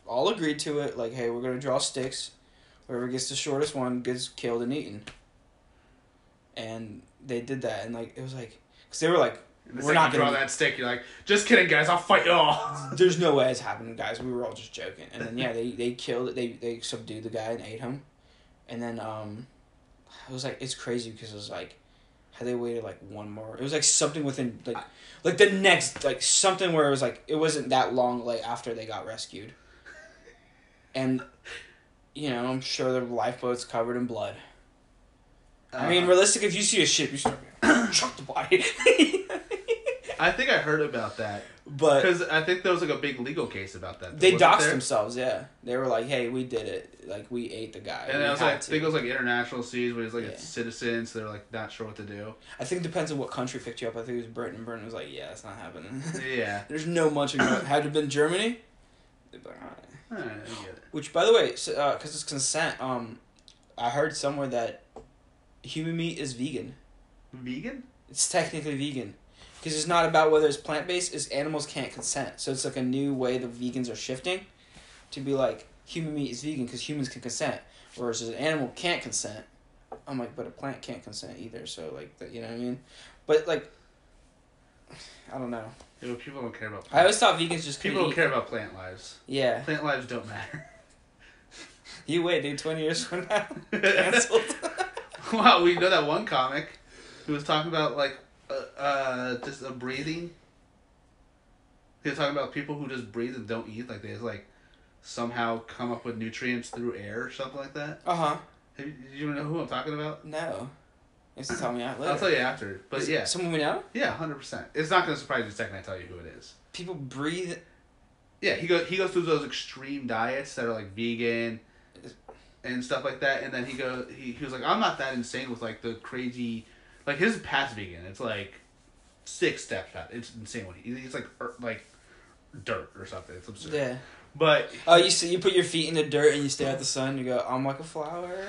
B: all agreed to it. Like, hey, we're gonna draw sticks. Whoever gets the shortest one gets killed and eaten. And they did that, and like it was like because they were like,
A: And the
B: we're
A: second
B: not
A: you draw
B: gonna
A: that stick. You're like, just kidding, guys. I'll fight y'all.
B: There's no way it's happening, guys. We were all just joking. And then yeah, they they killed it. They they subdued the guy and ate him. And then um, it was like it's crazy because it was like how they waited like one more. It was like something within like like the next like something where it was like it wasn't that long like after they got rescued. And you know I'm sure their lifeboat's covered in blood. I mean,
A: Uh,
B: realistic if you see a ship, you start <coughs> chuck the body. <laughs>
A: I think I heard about that
B: but
A: because I think there was like a big legal case about that.
B: They
A: wasn't
B: doxed
A: there?
B: themselves, yeah. They were like, "Hey, we did it. Like, we ate the guy."
A: And
B: We
A: I was
B: had
A: like, I
B: to."
A: think it was like international seas, where it's like
B: Yeah.
A: it's citizens, so they're like not sure what to do.
B: I think it depends on what country picked you up. I think it was Britain. Britain was like, <laughs> "Yeah, that's not happening." <laughs>
A: Yeah,
B: There's no much. agreement. Had it been Germany, they'd be like, "All right."
A: All right, I get it.
B: which, by the way, because it's consent. Um, I heard somewhere that human meat is vegan.
A: Vegan?
B: It's technically vegan because it's not about whether it's plant based. It's animals can't consent, so it's like a new way the vegans are shifting to be like human meat is vegan because humans can consent, whereas an animal can't consent. I'm like, but a plant can't consent either. So like, that, you know what I mean? But like, <sighs> I don't know.
A: Yeah, but people don't care about.
B: I always thought vegans just
A: people
B: people.
A: don't
B: Eat.
A: care about plant lives.
B: Yeah,
A: Plant lives don't matter. <laughs>
B: you wait, dude. Twenty years from now, canceled. <laughs>
A: wow, we know that one comic who was talking about like uh, uh just a breathing. He was talking about people who just breathe and don't eat, like they just like somehow come up with nutrients through air or something like that.
B: uh huh.
A: Have you, do you know who I'm talking about?
B: No, you have to tell me out later.
A: I'll tell you after. But
B: Is it
A: yeah,
B: someone we know.
A: yeah, hundred percent. It's not gonna surprise you the second I tell you who it is.
B: People breathe
A: Yeah, he goes he goes through those extreme diets that are like vegan and stuff like that, and then he go he, he was like, I'm not that insane with like the crazy like his past vegan, it's like six steps out. It's insane when he he's like er, like dirt or something. It's absurd.
B: Yeah.
A: But <laughs>
B: Oh, you see, you put your feet in the dirt and you stare at the sun. You go, I'm like a flower.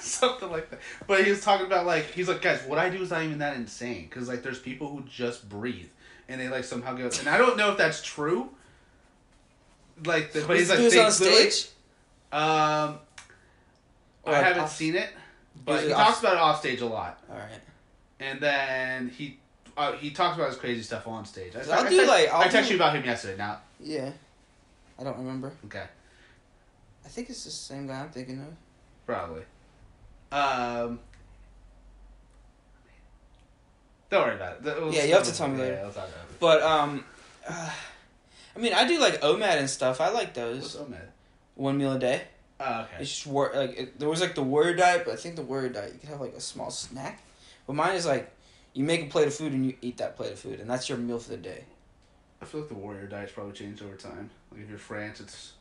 A: something like that. But he was talking about like he's like, guys, what I do is not even that insane because like there's people who just breathe and they like somehow go. And I don't know if that's true. Like, the, but he's like,
B: This
A: they
B: dude's on
A: literally-
B: stage.
A: Um, I
B: Or like
A: haven't
B: off-
A: seen it, but
B: Usually
A: he
B: off-
A: talks about it off stage a lot,
B: All right.
A: and then he uh, he talks about his crazy stuff on stage. I,
B: I'll
A: I
B: do,
A: text-
B: like, I'll
A: I text
B: do-
A: you about him yesterday. Now,
B: Yeah. I don't remember.
A: okay,
B: I think it's the same guy I'm thinking of.
A: probably. Um, don't worry about it. Th- we'll-
B: Yeah, you have to tell me
A: yeah,
B: later.
A: Yeah, we'll talk about it.
B: But um, <sighs> uh, I mean, I do like OMAD and stuff. I like
A: What's
B: those.
A: up, man?
B: One meal a day.
A: Oh, okay.
B: It's just war like it, there was like the warrior diet, but I think the warrior diet you could have like a small snack, But mine is like, you make a plate of food and you eat that plate of food, and that's your meal for the day.
A: I feel like the warrior diet's probably changed over time. Like if you're France, it's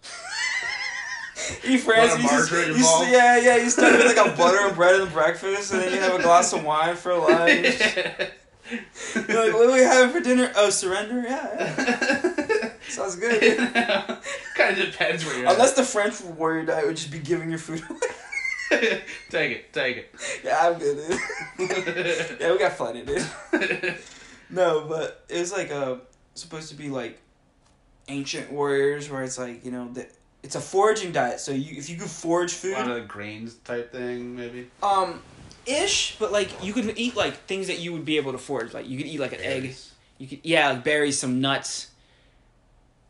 B: Eat France.
A: Butter
B: You just,
A: margarine
B: you s-
A: ball.
B: yeah, yeah. You start
A: <laughs>
B: with like a butter and bread and breakfast, and then you have a glass of wine for
A: <laughs>
B: lunch. <laughs> You're like, what are we having for dinner? Oh, surrender. Yeah,
A: <laughs>
B: yeah. sounds good.
A: kind of depends where you're.
B: Unless the French warrior diet would just be giving your food away. <laughs>
A: at. <laughs> take it, take it. <laughs>
B: yeah, I'm good. Dude. yeah, we got flooded, dude. No, but it was like uh supposed to be like ancient warriors, where it's like you know the, it's a foraging diet. So you if you could forage
A: A lot
B: food,
A: of the grains type thing, maybe.
B: um, ish, but like you could eat like things that you would be able to forage. Like you could eat like an egg. You could yeah, like berries, some nuts,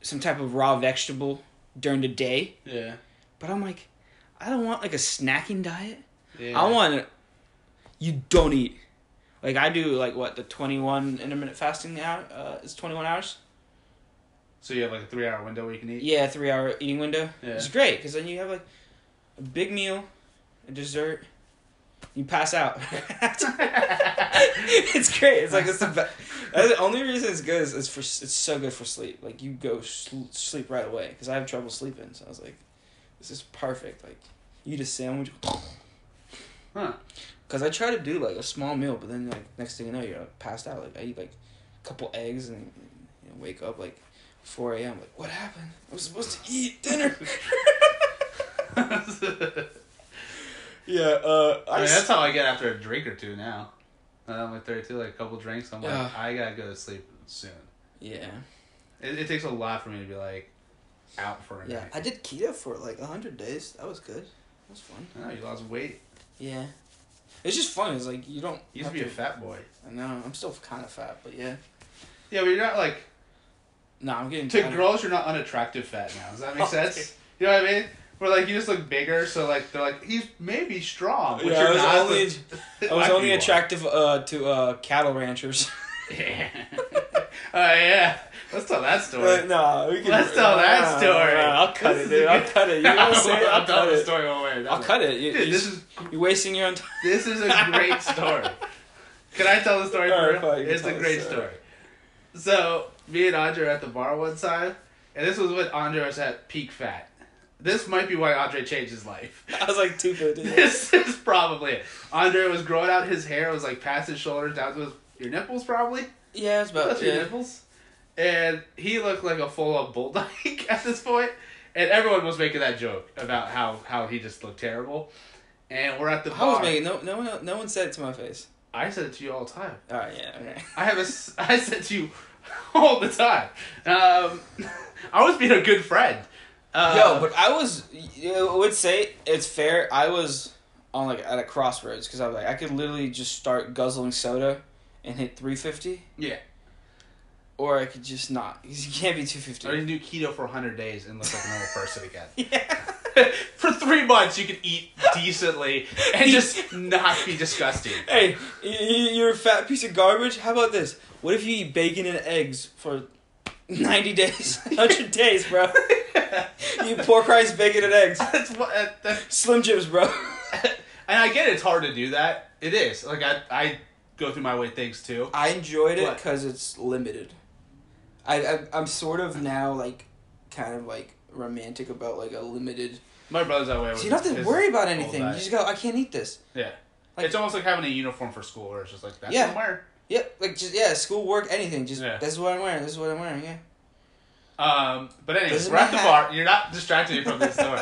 B: some type of raw vegetable during the day.
A: Yeah.
B: But I'm like, I don't want like a snacking diet.
A: yeah.
B: I want you don't eat. Like I do like what the 21 intermittent fasting hour uh is 21 hours.
A: So you have like a three hour window where you can <laughs> eat.
B: Yeah, 3 hour eating window.
A: Yeah.
B: It's great cuz then you have like a big meal, a dessert, you pass out. <laughs> it's great. It's like it's the best. That's the only reason it's good is, is for it's so good for sleep. Like you go sl- sleep right away because I have trouble sleeping. So I was like, this is perfect. Like you eat a sandwich.
A: Huh.
B: Because I try to do like a small meal, but then like next thing you know, you're like, passed out. Like I eat like a couple eggs and you know, wake up like four a.m. Like what happened? I was supposed to eat dinner. <laughs> yeah. Uh.
A: I mean, that's how I get after a drink or two now. Now that I'm like 32, like a couple drinks, I'm like,
B: Yeah.
A: I gotta go to sleep soon.
B: yeah.
A: It, it takes a lot for me to be like out for a
B: Yeah.
A: night.
B: I did keto for like hundred days. That was good. That was fun.
A: No, you lost weight.
B: Yeah. It's just fun. It's like you don't.
A: You used
B: have
A: to be a fat boy.
B: I know. I'm still kind of fat, but yeah.
A: Yeah, but you're not like
B: No, I'm getting.
A: to
B: tired.
A: girls. You're not unattractive fat now. Does that make
B: <laughs> Okay.
A: sense? You know what I mean? Where like you just look bigger, so like they're like he's maybe strong, which
B: Yeah, I
A: you're
B: was
A: not. <laughs>
B: only-
A: but-
B: I was
A: Like
B: only
A: you are.
B: attractive uh, to uh,
A: <laughs>
B: cattle ranchers.
A: Yeah. <laughs> oh yeah. Let's tell that story.
B: But no, we can.
A: Let's tell that
B: Nah,
A: story.
B: nah, nah, I'll cut
A: This
B: it,
A: is
B: dude.
A: a <laughs>
B: I'll
A: good-
B: cut it. You know what I'm saying? I'll
A: I'll tell
B: cut
A: the
B: it.
A: story one way or another.
B: I'll cut it. You,
A: Dude,
B: you,
A: this is
B: you're wasting your own time.
A: this is a
B: <laughs>
A: great story. Can I tell the story
B: All right,
A: for real?
B: fine, you can
A: It's a
B: tell the
A: great
B: story.
A: story. So me and Andre were at the bar one time, and this was when Andre was at peak fat. This might be why Andre changed his life.
B: <laughs> <laughs> I
A: <laughs>
B: was like 250.
A: This is probably it. Andre was growing out his hair. It was like past his shoulders down to his, your nipples, probably.
B: yeah, it's about.
A: That's your
B: Uh, Yeah.
A: nipples. And he looked like a full on bull dyke <laughs> at this point. And everyone was making that joke about how, how he just looked terrible. And we're at the
B: I
A: bar.
B: was making no no one no one said it to my face.
A: I said it to you all the time.
B: All right, yeah, okay.
A: I have a s- <laughs> I said to you all the time. Um, <laughs> I was being a good friend. Uh,
B: Yo, but I was. I would say it's fair. I was on like at a crossroads because I was like, I could literally just start guzzling soda and hit three fifty,
A: yeah,
B: or I could just not. 'cause you can't be two
A: I
B: fifty.
A: didn't do keto for 100 days and look like a normal person again.
B: <laughs> Yeah.
A: <laughs> for three months, you could eat decently and just not be disgusting.
B: Hey, y- y- you're a fat piece of garbage. How about this? What if you eat bacon and eggs for ninety days, <laughs>
A: <laughs>
B: hundred days, bro? You pork rice, bacon, and eggs.
A: That's what. That's
B: Slim Jims, bro.
A: <laughs> and I get it's hard to do that. It is. Like I I go through my way things too.
B: I enjoyed it
A: What?
B: because it's limited. I, I I'm sort of now like, kind of like romantic about like a limited.
A: My brother's that way.
B: So
A: with
B: you don't have to
A: his
B: worry about
A: whole
B: anything. You
A: diet.
B: just go. I can't eat this.
A: yeah.
B: like-
A: it's almost like having a uniform for school, where it's just like that's
B: Yeah.
A: what I'm wearing.
B: Yep. Like just yeah, school, work, anything. Just
A: Yeah.
B: this is what I'm wearing. This is what I'm wearing. Yeah.
A: Um, but
B: This
A: anyways,
B: is
A: we're at the
B: my
A: bar. You're not distracting me from this
B: <laughs>
A: story.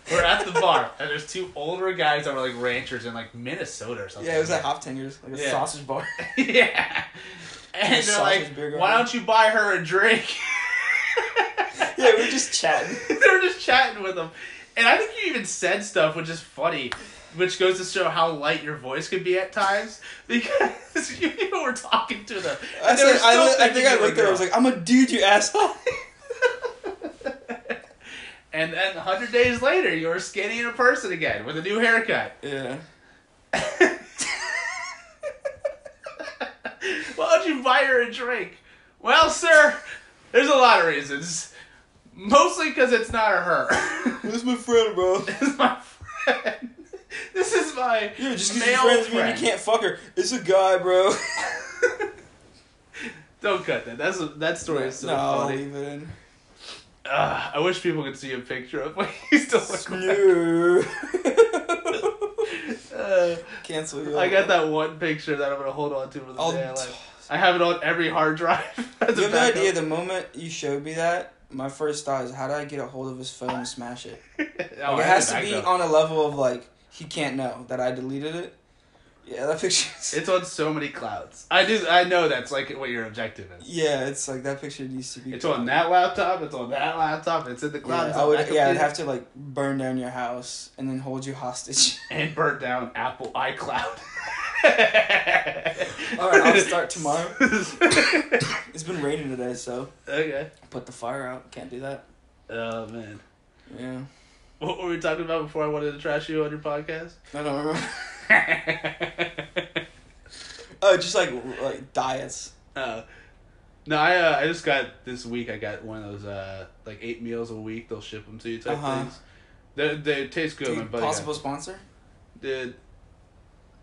A: <laughs> we're at the bar, and there's two older guys that were like ranchers in like Minnesota or something.
B: Yeah, it
A: <laughs>
B: was like hop tenders, like a
A: Yeah. <laughs>
B: sausage bar. <laughs>
A: yeah. And they're
B: Sausage
A: like,
B: beer
A: why
B: garden."
A: don't you buy her a drink?
B: <laughs>
A: <laughs>
B: yeah, we were just <laughs> chatting.
A: they were just chatting with him. And I think you even said stuff which is funny, which goes to show how light your voice could be at times <laughs> because <laughs> you, you were talking to them.
B: I,
A: And they were
B: said, I,
A: still
B: li- I
A: thinking
B: think I
A: you were
B: looked at her. I was
A: drunk.
B: like, "I'm a dude, you asshole." <laughs>
A: and then 100 days later, you were skinny in a person again with a new haircut.
B: Yeah.
A: Why don't you buy her a drink? Well, sir, there's a lot of reasons. Mostly because it's not a her. <laughs>
B: Where's my friend, bro?
A: it's my friend. This is my
B: Yeah, just 'cause you're
A: male
B: friends with me and
A: friend.
B: you can't fuck her. It's a guy, bro. <laughs>
A: Don't cut that. That's that story is so
B: no,
A: funny.
B: leave it in.
A: Ugh, I wish people could see a picture of <laughs> what he still looks like. <laughs>
B: Snoo.
A: Uh,
B: Cancel you.
A: I got that one picture that I'm gonna hold on to for the
B: I'll-
A: day. I like. I have it on every hard drive. <laughs> That's
B: You
A: a
B: have no
A: backup.
B: idea. The moment you showed me that, my first thought is, how do I get a hold of his phone and smash it?
A: Oh,
B: Like,
A: I
B: it
A: have
B: has
A: a
B: to be
A: backup.
B: on a level of like he can't know that I deleted it. Yeah, that <laughs> picture.
A: It's on so many clouds. I do. I know that's like what your objective is.
B: yeah, it's like that picture needs to be.
A: It's on that laptop. It's on that laptop. It's in the cloud.
B: Yeah,
A: it's
B: I
A: on
B: would.
A: that
B: Yeah, I'd
A: computer.
B: have to like burn down your house and then hold you hostage. <laughs>
A: and burnt down Apple iCloud.
B: All right, I'll start
A: <laughs>
B: tomorrow.
A: okay.
B: it's been raining today, so put the fire out. Can't do that.
A: Oh man,
B: Yeah,
A: what were we talking about before I wanted to trash you on your podcast? <laughs>
B: I don't remember. <laughs> Oh, just like like diets.
A: Uh, no, I uh, I just got this week. I got one of those uh like eight meals a week. They'll ship them to you type
B: Uh-huh.
A: things. They they taste good. my
B: Dude,
A: buddy got-
B: possible sponsor?
A: did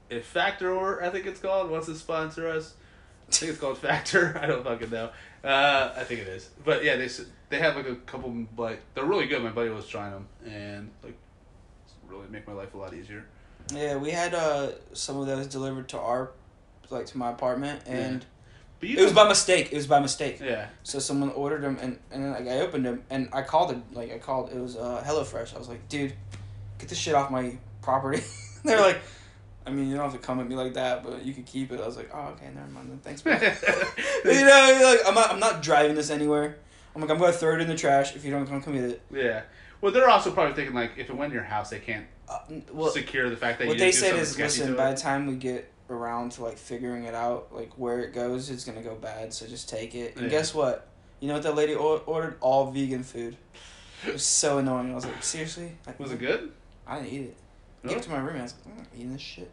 A: if Factor, I think it's called, wants to sponsor us. I think it's called Factor. <laughs> I don't fucking know. Uh, I think it is. But yeah, they s- they have like a couple like they're really good. My buddy was trying them and like it's really make my life a lot easier.
B: Yeah, we had uh some of those delivered to our like to my apartment and
A: But you
B: it was by mistake. It was by mistake.
A: yeah.
B: So someone ordered them and and then, like I opened them and I called it like I called it was uh HelloFresh. I was like, "Dude, get this shit off my property." <laughs> They're like, "I mean, you don't have to come at me like that, but you can keep it." I was like, "Oh, okay, never mind. Then thanks." bro." you know, like I'm not I'm not driving this anywhere. I'm like I'm gonna throw it in the trash if you don't come come get it.
A: yeah. Well, they're also probably thinking like if it went to your house, they can't
B: Uh, n- well,
A: secure the fact that
B: what
A: you
B: they
A: didn't do
B: said
A: something
B: is,
A: sketchy
B: listen,
A: to
B: by
A: it.
B: the time we get around to like figuring it out, like where it goes, it's gonna go bad. So just take it. And
A: Yeah.
B: guess what? You know what that lady or- ordered? All vegan food. It was so annoying. I was like, seriously? Like,
A: was it good?
B: I didn't eat it. I Give it to my roommate. I was like, I'm not eating this shit.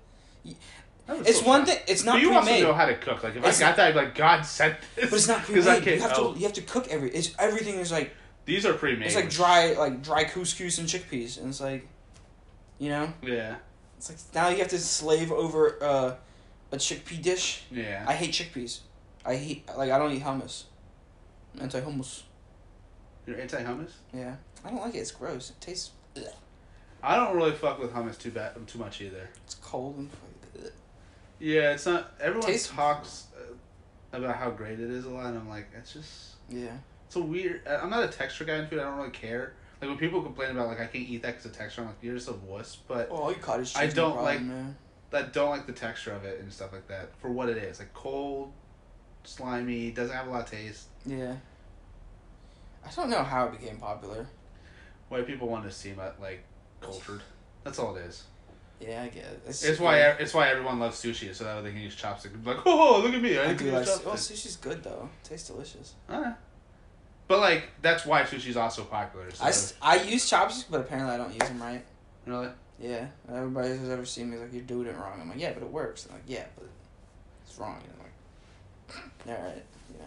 A: That was
B: It's
A: so
B: one
A: fun.
B: thing. It's
A: But
B: not
A: you
B: pre-made,
A: also know how to cook. Like if
B: It's-
A: I got that, I'd be like God sent this.
B: but it's not
A: <laughs> 'Cause I
B: pre-made. You
A: can't-
B: have
A: oh.
B: to you have to cook every. It's everything is like
A: These are pre-made.
B: it's like
A: which-
B: dry like dry couscous and chickpeas, and it's like, you know,
A: Yeah,
B: it's like now you have to slave over uh, a chickpea dish.
A: yeah.
B: I hate chickpeas. I hate like I don't eat hummus. I'm anti hummus.
A: You're anti hummus.
B: Yeah, I don't like it. It's gross. It tastes. Ugh.
A: I don't really fuck with hummus too bad too much either.
B: It's cold and. fucking- Ugh.
A: Yeah, it's not. Everyone
B: Tastes-
A: talks uh, about how great it is a lot, and I'm like, it's just
B: Yeah.
A: it's a weird. I- I'm not a texture guy in food. I don't really care. Like when people complain about like I can't eat that because of texture, I'm like you're just a wuss. But
B: Oh, you cottage cheese.
A: I
B: no
A: don't
B: problem,
A: like-
B: Man.
A: I don't like the texture of it and stuff like that for what it is. Like cold, slimy, doesn't have a lot of taste.
B: Yeah. I don't know how it became popular.
A: White people want to seem uh, like cultured. That's all it is.
B: Yeah, I get it.
A: It's why it's why everyone loves sushi, so that way they can use chopsticks. Like, oh, look at me! I,
B: I
A: didn't
B: do
A: use
B: like.
A: chopsticks.
B: Oh, sushi's good though. tastes delicious.
A: Uh, but like that's why sushi's also popular. So.
B: I, s- I use chopsticks, but apparently I don't use them right.
A: really?
B: Yeah. Everybody who's ever seen me is like, you're doing it wrong. I'm like, yeah, but it works. And like, yeah, but it's wrong. And I'm like, <laughs> all right. Yeah.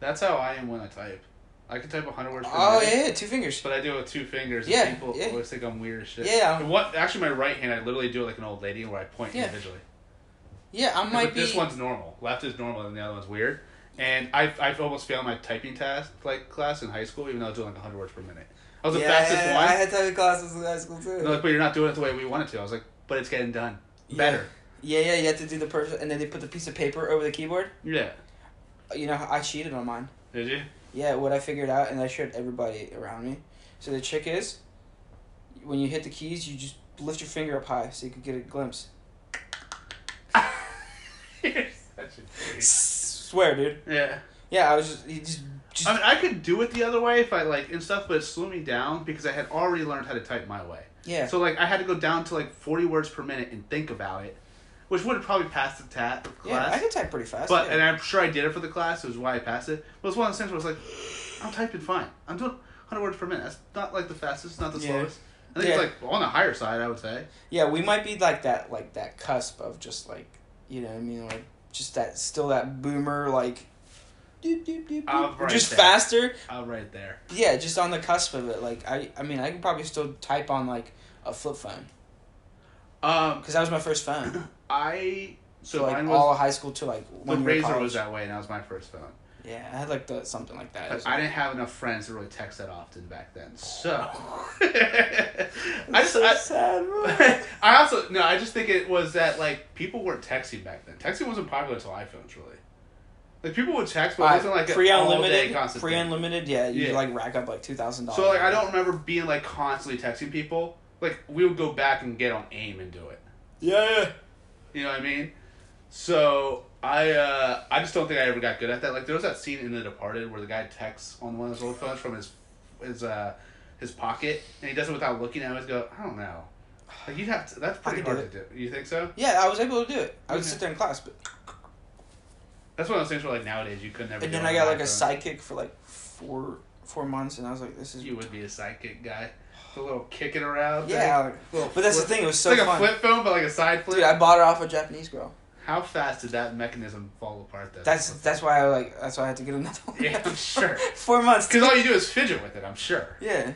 A: That's how I am when I type. I can type hundred words per
B: Oh
A: minute,
B: yeah, yeah, two fingers.
A: but I do it with two fingers.
B: Yeah,
A: and people
B: yeah.
A: always think I'm weird as shit.
B: Yeah.
A: And What? Actually, my right hand, I literally do it like an old lady, where I point
B: Yeah.
A: individually.
B: Yeah, I
A: 'Cause,
B: might
A: like,
B: be.
A: This one's normal. Left is normal, and the other one's weird. And I've, I've almost failed my typing task like class in high school, even though I was doing like hundred words per minute. I was the
B: yeah,
A: fastest
B: I,
A: one.
B: I had typing classes in high school too.
A: And they're like, but you're not doing it the way we want it to. I was like, but it's getting done better.
B: Yeah, yeah, you have to do the person, and then they put the piece of paper over the keyboard.
A: Yeah.
B: You know, I cheated on mine.
A: Did
B: <laughs>
A: you?
B: Yeah, what I figured out, and I showed everybody around me. So the trick is, when you hit the keys, you just lift your finger up high so you could get a <laughs> glimpse.
A: You're such a dude.
B: Swear, dude.
A: Yeah.
B: Yeah, I was just, you just, just
A: I mean, I could do it the other way if I like and stuff, but it slowed me down because I had already learned how to type my way.
B: yeah.
A: So like I had to go down to like forty words per minute and think about it, which would have probably passed the tat of
B: yeah,
A: class.
B: I could type pretty fast.
A: but
B: yeah.
A: and I'm sure I did it for the class. It was why I passed it. But it's one of those things where it's like I'm typing fine. I'm doing hundred words per minute. That's not like the fastest, not the
B: Yeah.
A: slowest. I think
B: Yeah.
A: it's like on the higher side. I would say.
B: Yeah, we might be like that, like that cusp of just like, you know, what I mean, like just that, still that boomer, like, doop, doop, doop,
A: I'm
B: doop.
A: right
B: just
A: there.
B: faster.
A: I'm right there.
B: Yeah, just on the cusp of it. Like I, I mean, I can probably still type on like a flip phone.
A: Um,
B: because that was my first
A: <coughs>
B: phone.
A: I so,
B: So, like
A: mine
B: all
A: was
B: of high school to like
A: the
B: one year
A: razor
B: college.
A: was that way, and that was my first phone.
B: Yeah, I had like the something like that. It
A: But
B: was,
A: I didn't have enough friends to really text that often back then, so <laughs> I just I,
B: sad.
A: <laughs> I also no, I just think it was that like people weren't texting back then. Texting wasn't popular until iPhones really. Like people would text, but it wasn't like
B: free
A: an all
B: unlimited,
A: day constant.
B: free
A: thing.
B: unlimited. Yeah, you
A: Yeah.
B: like rack up like two thousand dollars.
A: So like I don't remember being like constantly texting people. Like we would go back and get on AIM and do it.
B: Yeah, yeah.
A: You know what I mean? So I uh I just don't think I ever got good at that. Like there was that scene in The Departed where the guy texts on one of his old phones from his his uh his pocket and he does it without looking. I always go, I don't know. Like you'd have to. That's pretty
B: could do
A: hard to do. You think so?
B: Yeah, I was able to do it. I would
A: Okay.
B: sit there in class, but
A: That's one of those things where like nowadays you could never.
B: and
A: do
B: then
A: it
B: I
A: on
B: got
A: an
B: like a
A: iPhone.
B: sidekick for like four four months, and I was like, this is
A: You would be a sidekick guy. The little kicking around.
B: yeah.
A: thing. Little
B: But that's the
A: flip-
B: thing; it was
A: It's
B: so
A: like
B: fun.
A: a flip phone, but like a side flip.
B: Dude, I bought it off a Japanese girl.
A: How fast did that mechanism fall apart? Though
B: That's that's why I like. That's why I had to get another one.
A: Yeah,
B: <laughs>
A: I'm sure.
B: four months.
A: because all you do is fidget with it. I'm sure.
B: Yeah.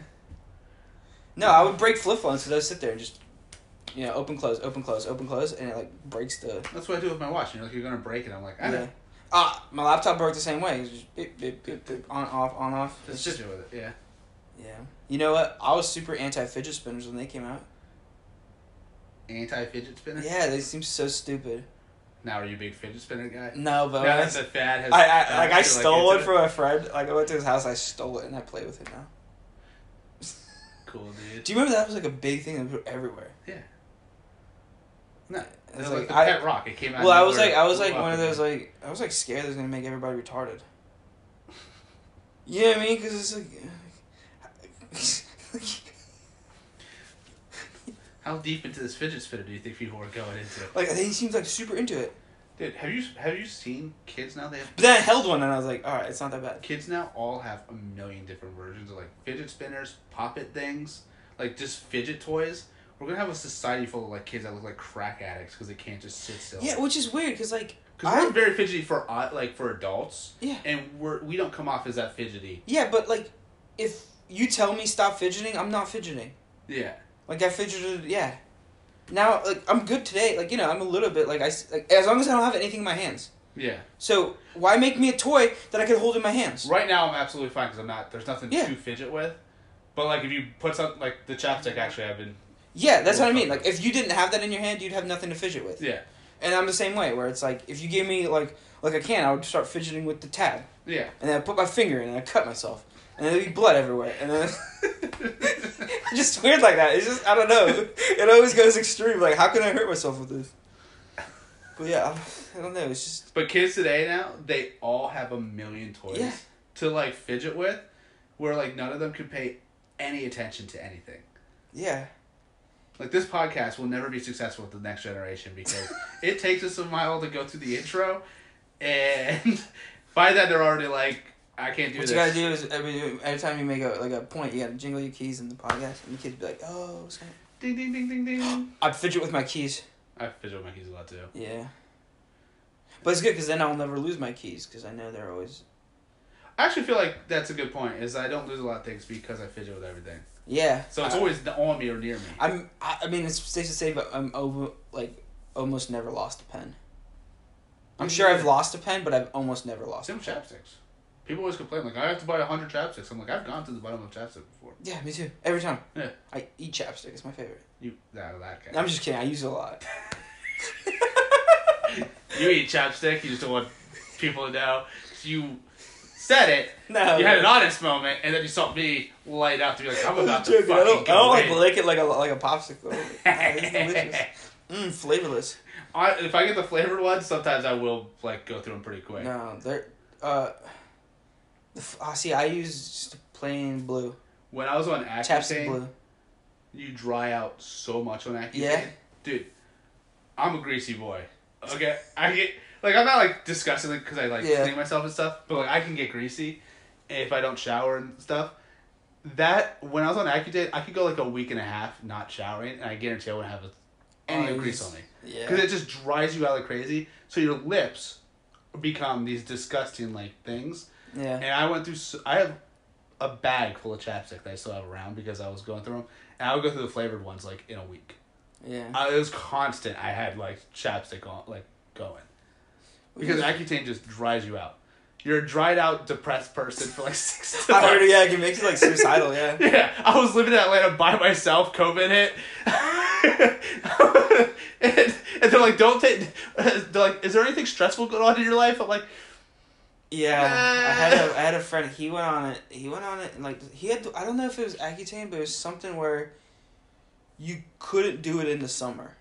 B: No, I would break flip phones because I would sit there and just, you know, open close, open close, open close, and it like breaks the.
A: That's what I do with my watch. You're like, you're gonna break it. I'm like, I
B: Yeah.
A: know.
B: Ah, my laptop broke the same way. It was just beep, beep, beep, beep, on off, on off.
A: Just
B: It's
A: fidget
B: just
A: with it. Yeah.
B: yeah. You know what? I was super anti fidget spinners when they came out.
A: Anti fidget spinner.
B: Yeah, they seem so stupid.
A: Now, are you a big fidget spinner guy?
B: No, but
A: now that the fad has.
B: I, I
A: uh,
B: like I
A: you're,
B: stole
A: into
B: it from a friend. Like I went to his house, I stole it, and I play with it now.
A: Cool dude.
B: <laughs> Do you remember that was like a big thing that was everywhere?
A: No,
B: It's
A: it's
B: like,
A: like the
B: I-
A: pet rock. It came out.
B: well,
A: of
B: I was
A: nowhere.
B: like, I was
A: Blew
B: like
A: up
B: one of
A: again.
B: those like, I was like scared that was gonna make everybody retarded. You know what I mean? Because it's like,
A: How deep into this fidget spinner do you think people were going into?
B: <laughs> like they seemed like super into it.
A: Dude, have you have you seen kids now? They have
B: But then I held one and I was like, all right, it's not that bad.
A: kids now all have a million different versions of like fidget spinners, poppet things, like just fidget toys. We're gonna have a society full of like kids that look like crack addicts because they can't just sit still.
B: Yeah, which is weird because like,
A: because we're
B: I-
A: very fidgety for uh, like for adults.
B: Yeah.
A: and we're we don't come off as that fidgety.
B: yeah, but like, if you tell me stop fidgeting, I'm not fidgeting.
A: Yeah,
B: Like I fidgeted, yeah. Now like I'm good today. Like you know, I'm a little bit like I s- like as long as I don't have anything in my hands.
A: yeah.
B: So why make me a toy that I can hold in my hands?
A: Right now I'm absolutely fine because I'm not. There's nothing
B: Yeah.
A: to fidget with. But like if you put something like the chapstick, actually I've been
B: Yeah, that's what I mean. Like if you didn't have that in your hand, you'd have nothing to fidget with.
A: yeah
B: And I'm the same way, where it's like if you gave me like like a can, I would start fidgeting with the tab, <laughs>
A: yeah.
B: and then I put my finger in, and I cut myself, and there'd be blood everywhere, and then <laughs> it's just weird like that. It's just I don't know. It always goes extreme. Like how can I hurt myself with this? But yeah, I don't know. It's just
A: But kids today now, they all have a million toys
B: Yeah.
A: to like fidget with, where like none of them can pay any attention to anything.
B: yeah.
A: Like this podcast will never be successful with the next generation
B: <laughs>
A: because it takes us a mile to go through the intro, and <laughs> by that they're already like, I can't do
B: What
A: this.
B: you gotta do is every, every time you make a like a point, you gotta jingle your keys in the podcast, and the kids be like, "Oh, what's going
A: Ding ding ding ding ding.
B: on?" I fidget with my keys.
A: I fidget with my keys a lot too.
B: Yeah, but it's good because then I'll never lose my keys because I know they're always.
A: I actually feel like that's a good point. Is I don't lose a lot of things because I fidget with everything.
B: Yeah.
A: So it's
B: I,
A: always on me or near me.
B: I'm. I, I mean, it's safe to say, but I'm over like almost never lost a pen. I'm sure I've lost a pen, but I've almost never lost.
A: Same
B: a
A: with
B: pen.
A: chapsticks. People always complain like I have to buy hundred chapsticks. I'm like I've gone to the bottom of chapstick before. <laughs>
B: Yeah, me too. Every time.
A: Yeah.
B: I eat chapstick. It's my favorite.
A: You nah, that guy.
B: I'm just kidding. I use it a lot. <laughs>
A: You eat chapstick. You just don't want people to know. You said it.
B: <laughs> no.
A: You had an honest moment, and then you saw me light up to be like, I'm
B: <laughs> I'm
A: about to
B: joking.
A: fucking
B: I don't, I don't like
A: go in.
B: lick it like a like a popsicle.
A: <laughs>
B: it's delicious. Mm, flavorless.
A: I, if I get the flavored ones, sometimes I will like go through them pretty quick.
B: No, they're uh. the f- Ah, see, I use just plain blue
A: When I was on Accutane,
B: chapstick blue.
A: you dry out so much on Accutane.
B: Yeah.
A: Dude, I'm a greasy boy. Okay, I get like I'm not like disgusting because I like
B: Yeah.
A: clean myself and stuff, but like I can get greasy if I don't shower and stuff. That when I was on Accutane, I could go like a week and a half not showering, and I guarantee I wouldn't have a, any
B: Oh,
A: grease
B: it's-
A: on me. because
B: Yeah.
A: it just dries you out like crazy. So your lips become these disgusting like things.
B: Yeah.
A: And I went through. s- I have a bag full of chapstick that I still have around because I was going through them, and I would go through the flavored ones like in a week.
B: Yeah.
A: I, it was constant. I had like chapstick on, like going, because Accutane just dries you out. You're a dried out, depressed person for like <laughs> six.
B: <laughs> <laughs> I heard,
A: months.
B: yeah, it makes you like suicidal. Yeah.
A: Yeah, I was living in Atlanta by myself. COVID hit. <laughs> and, and they're like, "Don't take." <laughs> They're like, "Is there anything stressful going on in your life?" I'm like,
B: Yeah, I had a I had a friend. He went on it. He went on it. And like he had. I don't know if it was Accutane, but it was something where you couldn't do it in the summer.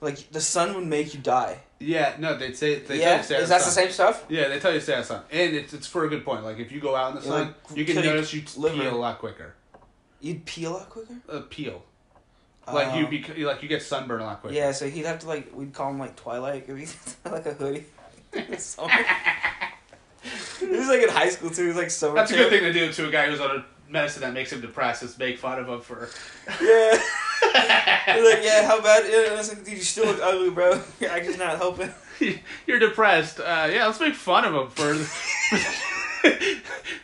B: Like the sun would make you die.
A: "Yeah, no." They say they
B: yeah,
A: tell you stay
B: is
A: outside.
B: that the same stuff?
A: Yeah, they tell you to stay outside, and it's it's for a good point. Like if you go out in the
B: Yeah,
A: sun,
B: like,
A: you can
B: kill your
A: notice you t-
B: liver.
A: peel a lot quicker.
B: You'd pee a lot quicker.
A: Uh, peel, like
B: Oh.
A: you bec- like you get sunburn a lot quicker.
B: Yeah, so he'd have to like we'd call him like Twilight. Or he'd have <laughs> like a hoodie. Summer. It was like in high school too. It was like summer.
A: That's a good
B: camp.
A: thing to do to a guy who's on a medicine that makes him depressed. Is make fun of him for. <laughs>
B: Yeah. <laughs> He's like, yeah, how bad? Yeah, and I was like, dude, you still look ugly, bro. <laughs> Your acting's not helping.
A: You're depressed. Uh, yeah, let's make fun of him for <laughs>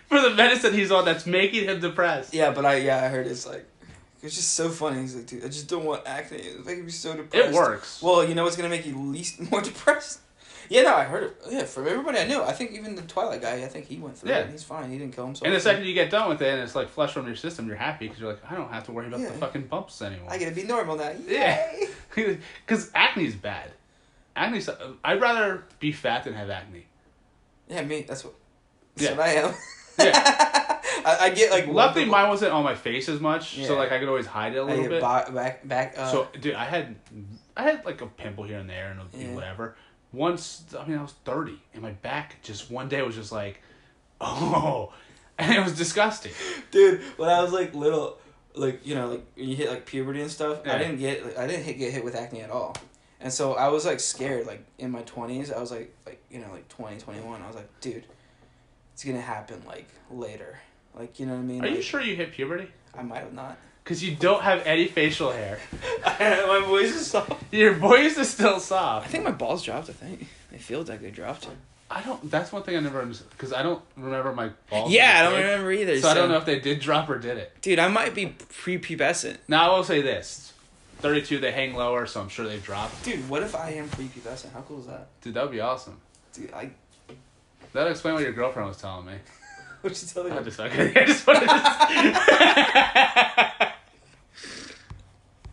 A: for the medicine he's on that's making him depressed.
B: <laughs> Yeah, but I yeah I heard it's like it's just so funny. He's like, dude, I just don't want acne. It's making me so depressed.
A: It works.
B: Well, you know what's gonna make you least <laughs> more depressed? Yeah, no, I heard it. Yeah, from everybody I knew. I think even the Twilight guy. I think he went through
A: Yeah.
B: it. And he's fine. He didn't kill himself.
A: and the second you get done with it, and it's like flushed from your system, you're happy because you're like, I don't have to worry about the
B: Yeah.
A: fucking bumps anymore.
B: I get to be normal now.
A: Yeah.
B: Yay!
A: <laughs> Because acne's bad. Acne's. uh, I'd rather be fat than have acne.
B: Yeah, me. That's what. That's
A: Yeah.
B: what I am.
A: <laughs> Yeah.
B: <laughs> I, I get like
A: Luckily,
B: one-
A: mine wasn't on my face as much, so
B: Yeah.
A: like I could always hide it a
B: I
A: little
B: get
A: bit.
B: ba- back back. Uh,
A: so, dude, I had, I had like a pimple here and there and a-
B: Yeah.
A: whatever. Once, I mean, I was thirty, and my back just one day was just like, oh, <laughs> and it was disgusting.
B: <laughs> dude when i was like little like you know like when you hit like puberty and stuff
A: Yeah.
B: i didn't get like, i didn't hit, get hit with acne at all and so i was like scared like in my 20s i was like like you know like 20 21 i was like dude it's gonna happen like later like you know what i mean
A: Are you
B: Like,
A: sure you hit puberty?
B: i might
A: <laughs>
B: have not
A: Because you don't have any facial hair.
B: my voice <laughs> is soft
A: Your voice is still
C: I
A: soft.
C: think my balls dropped. I think they feel like they dropped.
A: I don't. That's one thing I never understood. Because I don't remember my balls.
C: yeah, I
A: being
C: don't
A: big,
C: remember either.
A: So I don't know if they did drop or did it.
C: Dude, I might be prepubescent.
A: Now I will say this: thirty-two, they hang lower, so I'm sure they've dropped.
B: dude what if i am prepubescent how cool is that
A: Dude, that would be awesome.
B: dude i <laughs>
A: That'll explain what your girlfriend was telling me.
B: what you telling
A: <laughs> I
B: me
A: just, I just wanted to- <laughs>